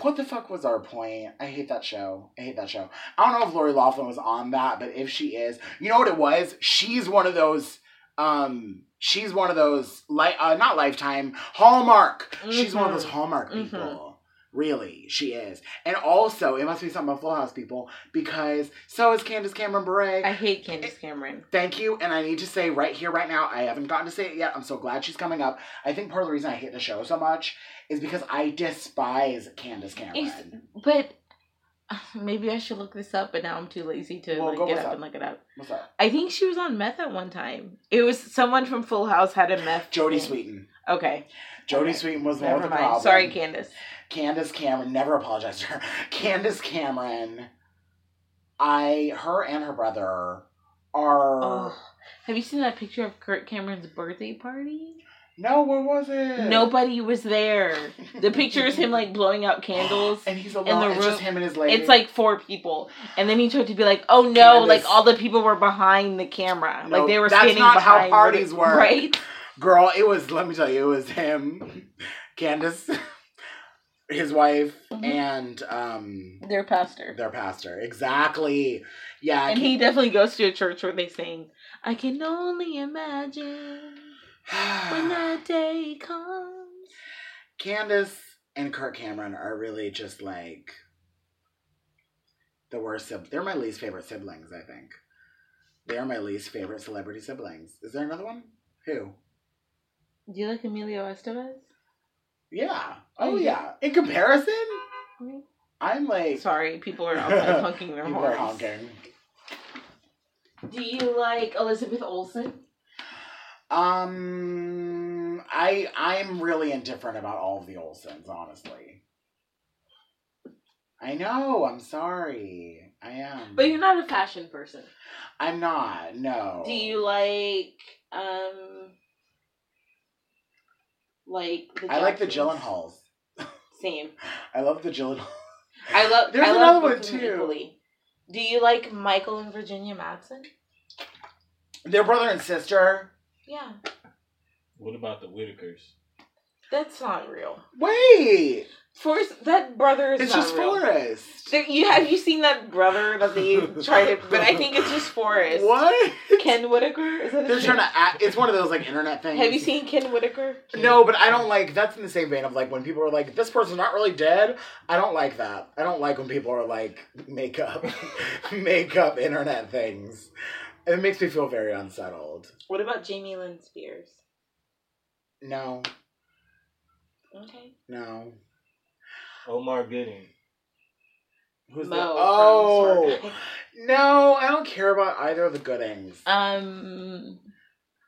Speaker 2: what the fuck was our point? I hate that show. I hate that show. I don't know if Lori Laughlin was on that, but if she is, you know what it was? She's one of those. Um. She's one of those like uh, not Lifetime Hallmark. She's one of those
Speaker 1: Mhm.
Speaker 2: Hallmark
Speaker 1: Mhm.
Speaker 2: people. Really, she is. And also, it must be something about Full House people because so is Candace Cameron Bure.
Speaker 1: I hate Candace Cameron.
Speaker 2: Thank you, and I need to say right here, right now, I haven't gotten to say it yet. I'm so glad she's coming up. I think part of the reason I hate the show so much is because I despise Candace Cameron.
Speaker 1: It's- But uh, maybe I should look this up, but now I'm too lazy to
Speaker 2: Well,
Speaker 1: like,
Speaker 2: go
Speaker 1: get
Speaker 2: look
Speaker 1: up,
Speaker 2: up.
Speaker 1: and look it up.
Speaker 2: What's up?
Speaker 1: I think she was on meth at one time. It was someone from Full House had a meth.
Speaker 2: Jodie
Speaker 1: thing.
Speaker 2: Sweeten.
Speaker 1: Okay,
Speaker 2: Jodie
Speaker 1: Okay.
Speaker 2: Sweeten was one of
Speaker 1: never
Speaker 2: the
Speaker 1: mind.
Speaker 2: problem.
Speaker 1: Sorry, Candace.
Speaker 2: Candace Cameron. Never apologized to her. Candace Cameron. I, her and her brother are.
Speaker 1: Ugh. Have you seen that picture of Kurt Cameron's birthday party?
Speaker 2: No, where was it?
Speaker 1: Nobody was there. The picture is him like blowing out candles.
Speaker 2: and he's alone.
Speaker 1: the
Speaker 2: it's just
Speaker 1: room.
Speaker 2: him and his lady.
Speaker 1: It's like four people, and then he tried to be like, "Oh no!"
Speaker 2: Candace.
Speaker 1: Like all the people were behind the camera,
Speaker 2: No,
Speaker 1: like they were
Speaker 2: that's
Speaker 1: standing
Speaker 2: not how
Speaker 1: behind. where
Speaker 2: parties
Speaker 1: they-
Speaker 2: work.
Speaker 1: right?
Speaker 2: girl. It was. Let me tell you, it was him, Candace, his wife
Speaker 1: Mhm.
Speaker 2: and um
Speaker 1: Their pastor.
Speaker 2: their pastor. Exactly. Yeah. I
Speaker 1: and
Speaker 2: can't-
Speaker 1: he definitely goes to a church where they sing, I can only imagine when that day comes.
Speaker 2: Candace and Kirk Cameron are really just like the worst. Sib- they're my least favorite siblings. I think they are my least favorite celebrity siblings. Is there another one? Who?
Speaker 1: Do you like Emilio Estevez?
Speaker 2: Yeah. Oh
Speaker 1: Mhm.
Speaker 2: yeah. In comparison,
Speaker 1: Me?
Speaker 2: I'm like
Speaker 1: Sorry, people are outside honking their
Speaker 2: people are
Speaker 1: horns.
Speaker 2: honking.
Speaker 1: Do you like Elizabeth Olsen?
Speaker 2: Um, I I'm really indifferent about all of the Olsons, honestly. I know. I'm sorry. I am.
Speaker 1: But you're not a fashion person.
Speaker 2: I'm not. No.
Speaker 1: Do you like um like the
Speaker 2: I like the
Speaker 1: Jacksons?
Speaker 2: Gyllenhaals.
Speaker 1: Same.
Speaker 2: I love the Gyllenhaal.
Speaker 1: I love
Speaker 2: There's
Speaker 1: I love
Speaker 2: another one
Speaker 1: both of them
Speaker 2: too.
Speaker 1: equally. Do you like Michael and Virginia Madsen?
Speaker 2: They're brother and sister.
Speaker 1: Yeah.
Speaker 3: What about the Whitakers?
Speaker 1: That's not real.
Speaker 2: Wait,
Speaker 1: Forrest that brother is
Speaker 2: it's
Speaker 1: not
Speaker 2: just
Speaker 1: real.
Speaker 2: Forrest.
Speaker 1: There- you have you seen that brother that they try to but I think it's just Forrest.
Speaker 2: What?
Speaker 1: Ken Whitaker? Is that his
Speaker 2: They're trying
Speaker 1: name?
Speaker 2: to act. It's one of those like internet things.
Speaker 1: Have you seen Ken Whitaker?
Speaker 2: No, but I don't like. That's in the same vein of like when people are like, "This person's not really dead." I don't like that. I don't like when people are like, "Make up, make up internet things." It makes me feel very unsettled.
Speaker 1: What about Jamie Lynn Spears?
Speaker 2: No,
Speaker 1: Okay.
Speaker 2: no.
Speaker 3: Omar Gooding.
Speaker 2: Who's
Speaker 1: Mo
Speaker 2: that?
Speaker 1: from
Speaker 2: Oh,
Speaker 1: Spartacus.
Speaker 2: no! I don't care about either of the Goodings.
Speaker 1: Um,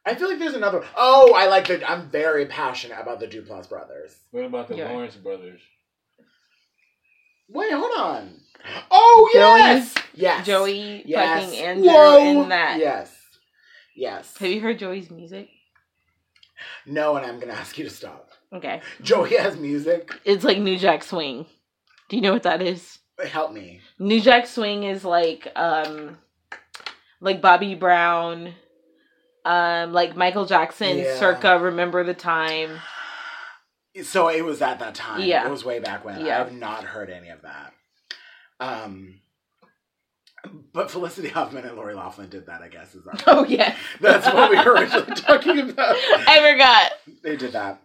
Speaker 2: I feel like there's another. Oh, I like the. I'm very passionate about the Duplass brothers.
Speaker 3: What about the
Speaker 1: Yeah.
Speaker 3: Lawrence brothers?
Speaker 2: Wait, hold on. Oh
Speaker 1: Joey?
Speaker 2: yes, yes,
Speaker 1: Joey
Speaker 2: yes.
Speaker 1: fucking Andrew
Speaker 2: Whoa!
Speaker 1: in that.
Speaker 2: Yes, yes.
Speaker 1: Have you heard Joey's music?
Speaker 2: No, and I'm gonna ask you to stop.
Speaker 1: Okay.
Speaker 2: Joey has music.
Speaker 1: It's like New Jack Swing. Do you know what that is?
Speaker 2: Help me.
Speaker 1: New Jack Swing is like um like Bobby Brown, um like Michael Jackson
Speaker 2: Yeah.
Speaker 1: circa Remember the Time.
Speaker 2: So it was at that time.
Speaker 1: Yeah.
Speaker 2: it was way back when.
Speaker 1: Yeah.
Speaker 2: I have not heard any of that. Um, but Felicity Huffman and Lori Laughlin did that. I guess is that.
Speaker 1: Oh yeah.
Speaker 2: That's what we were originally talking about.
Speaker 1: I forgot.
Speaker 2: They did that.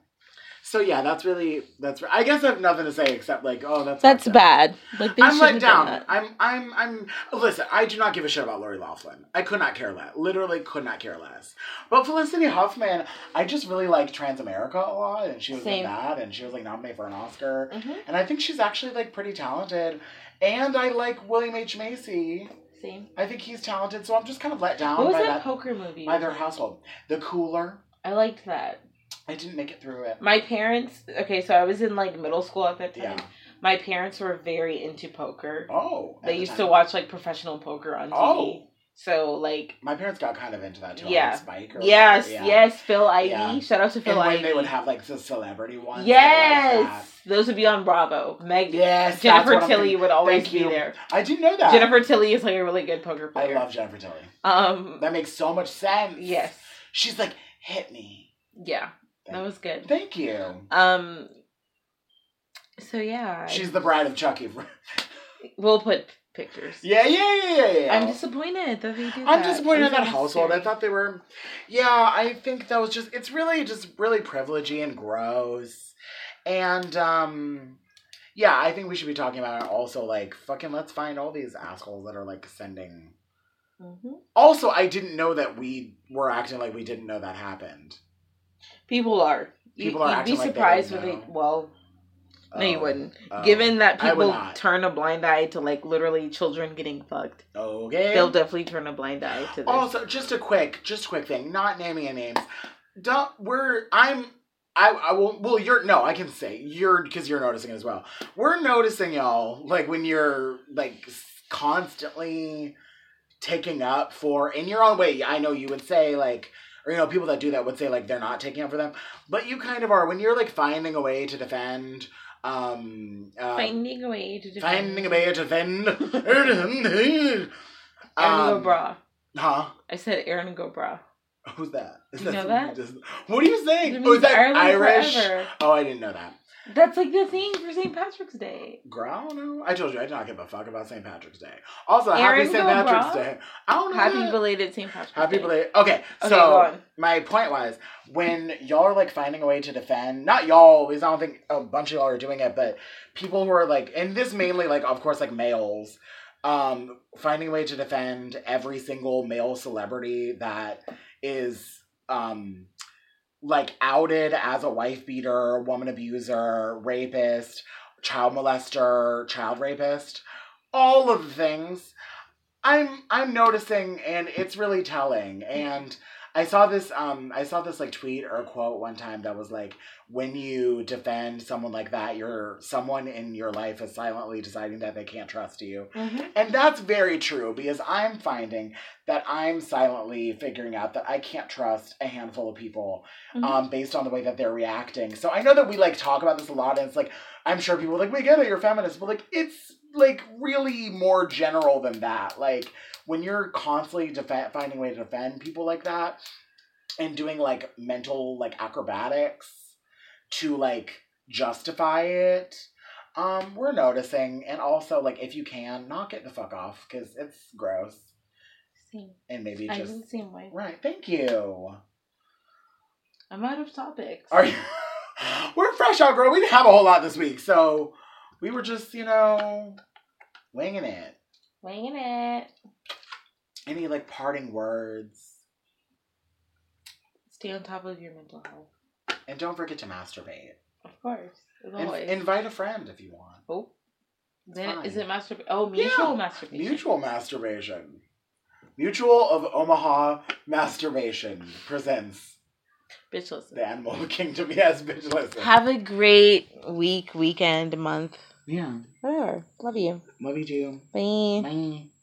Speaker 2: So yeah, that's really that's. I guess I have nothing to say except like, oh, that's
Speaker 1: That's
Speaker 2: fucked up.
Speaker 1: bad. Like they
Speaker 2: I'm let
Speaker 1: shouldn't have done
Speaker 2: down.
Speaker 1: that.
Speaker 2: I'm I'm I'm. Listen, I do not give a shit about Lori Laughlin. I could not care less. Literally, could not care less. But Felicity Huffman, I just really like Transamerica a lot, and she was
Speaker 1: Same.
Speaker 2: in that, and she was like nominated for an Oscar,
Speaker 1: Mhm.
Speaker 2: and I think she's actually like pretty talented. And I like William H Macy.
Speaker 1: Same.
Speaker 2: I think he's talented, so I'm just kind of let down
Speaker 1: What was
Speaker 2: by
Speaker 1: that,
Speaker 2: that,
Speaker 1: poker movie?
Speaker 2: by their household. The cooler.
Speaker 1: I liked that.
Speaker 2: I didn't make it through it.
Speaker 1: My parents okay, so I was in like middle school at that time.
Speaker 2: Yeah.
Speaker 1: My parents were very into poker.
Speaker 2: Oh. at
Speaker 1: they
Speaker 2: the
Speaker 1: used to
Speaker 2: time.
Speaker 1: watch like professional poker on TV.
Speaker 2: Oh.
Speaker 1: So like
Speaker 2: My parents got kind of into that too.
Speaker 1: Yeah.
Speaker 2: Yeah. Spike. Or
Speaker 1: yes,
Speaker 2: whatever,
Speaker 1: yes, Phil Ivey.
Speaker 2: Yeah.
Speaker 1: Shout out to Phil
Speaker 2: And when
Speaker 1: Ivey.
Speaker 2: they would have like the celebrity ones. they would
Speaker 1: yes,
Speaker 2: have
Speaker 1: those would be on Bravo.
Speaker 2: that.
Speaker 1: Meg
Speaker 2: Yes. that's
Speaker 1: Jennifer
Speaker 2: what I'm
Speaker 1: Tilly
Speaker 2: thinking.
Speaker 1: would always
Speaker 2: Thank
Speaker 1: be
Speaker 2: you.
Speaker 1: there.
Speaker 2: I didn't know that.
Speaker 1: Jennifer Tilly is like a really good poker
Speaker 2: I
Speaker 1: player.
Speaker 2: love Jennifer Tilly.
Speaker 1: Um,
Speaker 2: That makes so much sense.
Speaker 1: yes,
Speaker 2: She's like, hit me.
Speaker 1: yeah, that
Speaker 2: Thank-
Speaker 1: was good.
Speaker 2: Thank you.
Speaker 1: Um, so yeah, I-
Speaker 2: She's the bride of Chucky.
Speaker 1: we'll put pictures.
Speaker 2: yeah, yeah, yeah, yeah, yeah.
Speaker 1: I'm disappointed that they did.
Speaker 2: I'm
Speaker 1: that.
Speaker 2: disappointed
Speaker 1: It
Speaker 2: in
Speaker 1: was
Speaker 2: that household. I
Speaker 1: unnecessary.
Speaker 2: thought they were, yeah. I think that was just. It's really just really privilegey and gross, and um, yeah. I think we should be talking about it. Also, like fucking, let's find all these assholes that are like sending.
Speaker 1: Mhm.
Speaker 2: Also, I didn't know that we were acting like we didn't know that happened.
Speaker 1: people are. You,
Speaker 2: People are
Speaker 1: you'd
Speaker 2: acting
Speaker 1: be
Speaker 2: like they
Speaker 1: surprised
Speaker 2: don't
Speaker 1: when they.
Speaker 2: know.
Speaker 1: Well, no, you
Speaker 2: Oh,
Speaker 1: wouldn't.
Speaker 2: oh,
Speaker 1: Given that
Speaker 2: I would
Speaker 1: people
Speaker 2: not.
Speaker 1: turn a blind eye to like literally children getting fucked,
Speaker 2: okay.
Speaker 1: they'll definitely turn a blind eye to this.
Speaker 2: Also, just a quick, just a quick thing, not naming any names. Don't we're I'm I I won't well you're no, I can say you're because you're noticing as well. We're noticing y'all like when you're like s- constantly taking up for in your own way. I know you would say like or you know people that do that would say like they're not taking up for them, but you kind of are when you're like finding a way to defend. Um, uh,
Speaker 1: finding a way to defend
Speaker 2: finding a way to defend. um,
Speaker 1: Erin Gobra.
Speaker 2: Huh.
Speaker 1: I said Erin Gobra.
Speaker 2: Who's that? Is
Speaker 1: You know
Speaker 2: someone
Speaker 1: that?
Speaker 2: who does- what are you saying?
Speaker 1: It
Speaker 2: Oh, is
Speaker 1: means
Speaker 2: that
Speaker 1: Ireland
Speaker 2: Irish?
Speaker 1: forever.
Speaker 2: Oh, I didn't know that.
Speaker 1: That's like the thing for St. Patrick's Day.
Speaker 2: Girl, I don't know. I told you I don't give a fuck about St. Patrick's Day. Also,
Speaker 1: Aaron,
Speaker 2: happy St.
Speaker 1: go,
Speaker 2: Patrick's
Speaker 1: bro.
Speaker 2: Day. I don't know.
Speaker 1: Happy
Speaker 2: that.
Speaker 1: belated St. Patrick's
Speaker 2: Mm-hmm. Happy
Speaker 1: Day.
Speaker 2: belated. Okay,
Speaker 1: Okay,
Speaker 2: so
Speaker 1: go on.
Speaker 2: my point was when y'all are like finding a way to defend, not y'all, because I don't think a bunch of y'all are doing it, but people who are like, and this mainly like, of course, like males, um, finding a way to defend every single male celebrity that is, um, like outed as a wife beater, woman abuser, rapist, child molester, child rapist, all of the things. I'm I'm noticing and it's really telling. And I saw this um I saw this like tweet or quote one time that was like when you defend someone like that, you're someone in your life is silently deciding that they can't trust you.
Speaker 1: Mhm.
Speaker 2: And that's very true because I'm finding that I'm silently figuring out that I can't trust a handful of people
Speaker 1: Mhm.
Speaker 2: um, based on the way that they're reacting. So I know that we like talk about this a lot, and it's like I'm sure people are like we get it, you're feminist, but like it's like really more general than that. Like when you're constantly def- finding a way to defend people like that and doing like mental like acrobatics to like justify it. Um, we're noticing, and also like if you can, knock it the fuck off because it's gross,
Speaker 1: Same.
Speaker 2: and maybe
Speaker 1: I'm
Speaker 2: just
Speaker 1: the same way.
Speaker 2: right. Thank you.
Speaker 1: I'm out of topics.
Speaker 2: Are you? We're fresh out, girl. We didn't have a whole lot this week, so we were just, you know, winging it.
Speaker 1: Winging it.
Speaker 2: Any like parting words?
Speaker 1: Stay on top of your mental health.
Speaker 2: And don't forget to masturbate.
Speaker 1: Of course. As
Speaker 2: And
Speaker 1: always.
Speaker 2: invite a friend if you want.
Speaker 1: oh. Then
Speaker 2: fine.
Speaker 1: is it masturbation? Oh,
Speaker 2: Yeah.
Speaker 1: mutual masturbation.
Speaker 2: Mutual masturbation. Mutual of Omaha Masturbation presents
Speaker 1: Bitch, listen.
Speaker 2: the Animal Kingdom. Yes, bitch, listen.
Speaker 1: Have a great week, weekend, month.
Speaker 2: yeah,
Speaker 1: Whatever. Love you.
Speaker 2: love you too.
Speaker 1: Bye.
Speaker 2: Bye.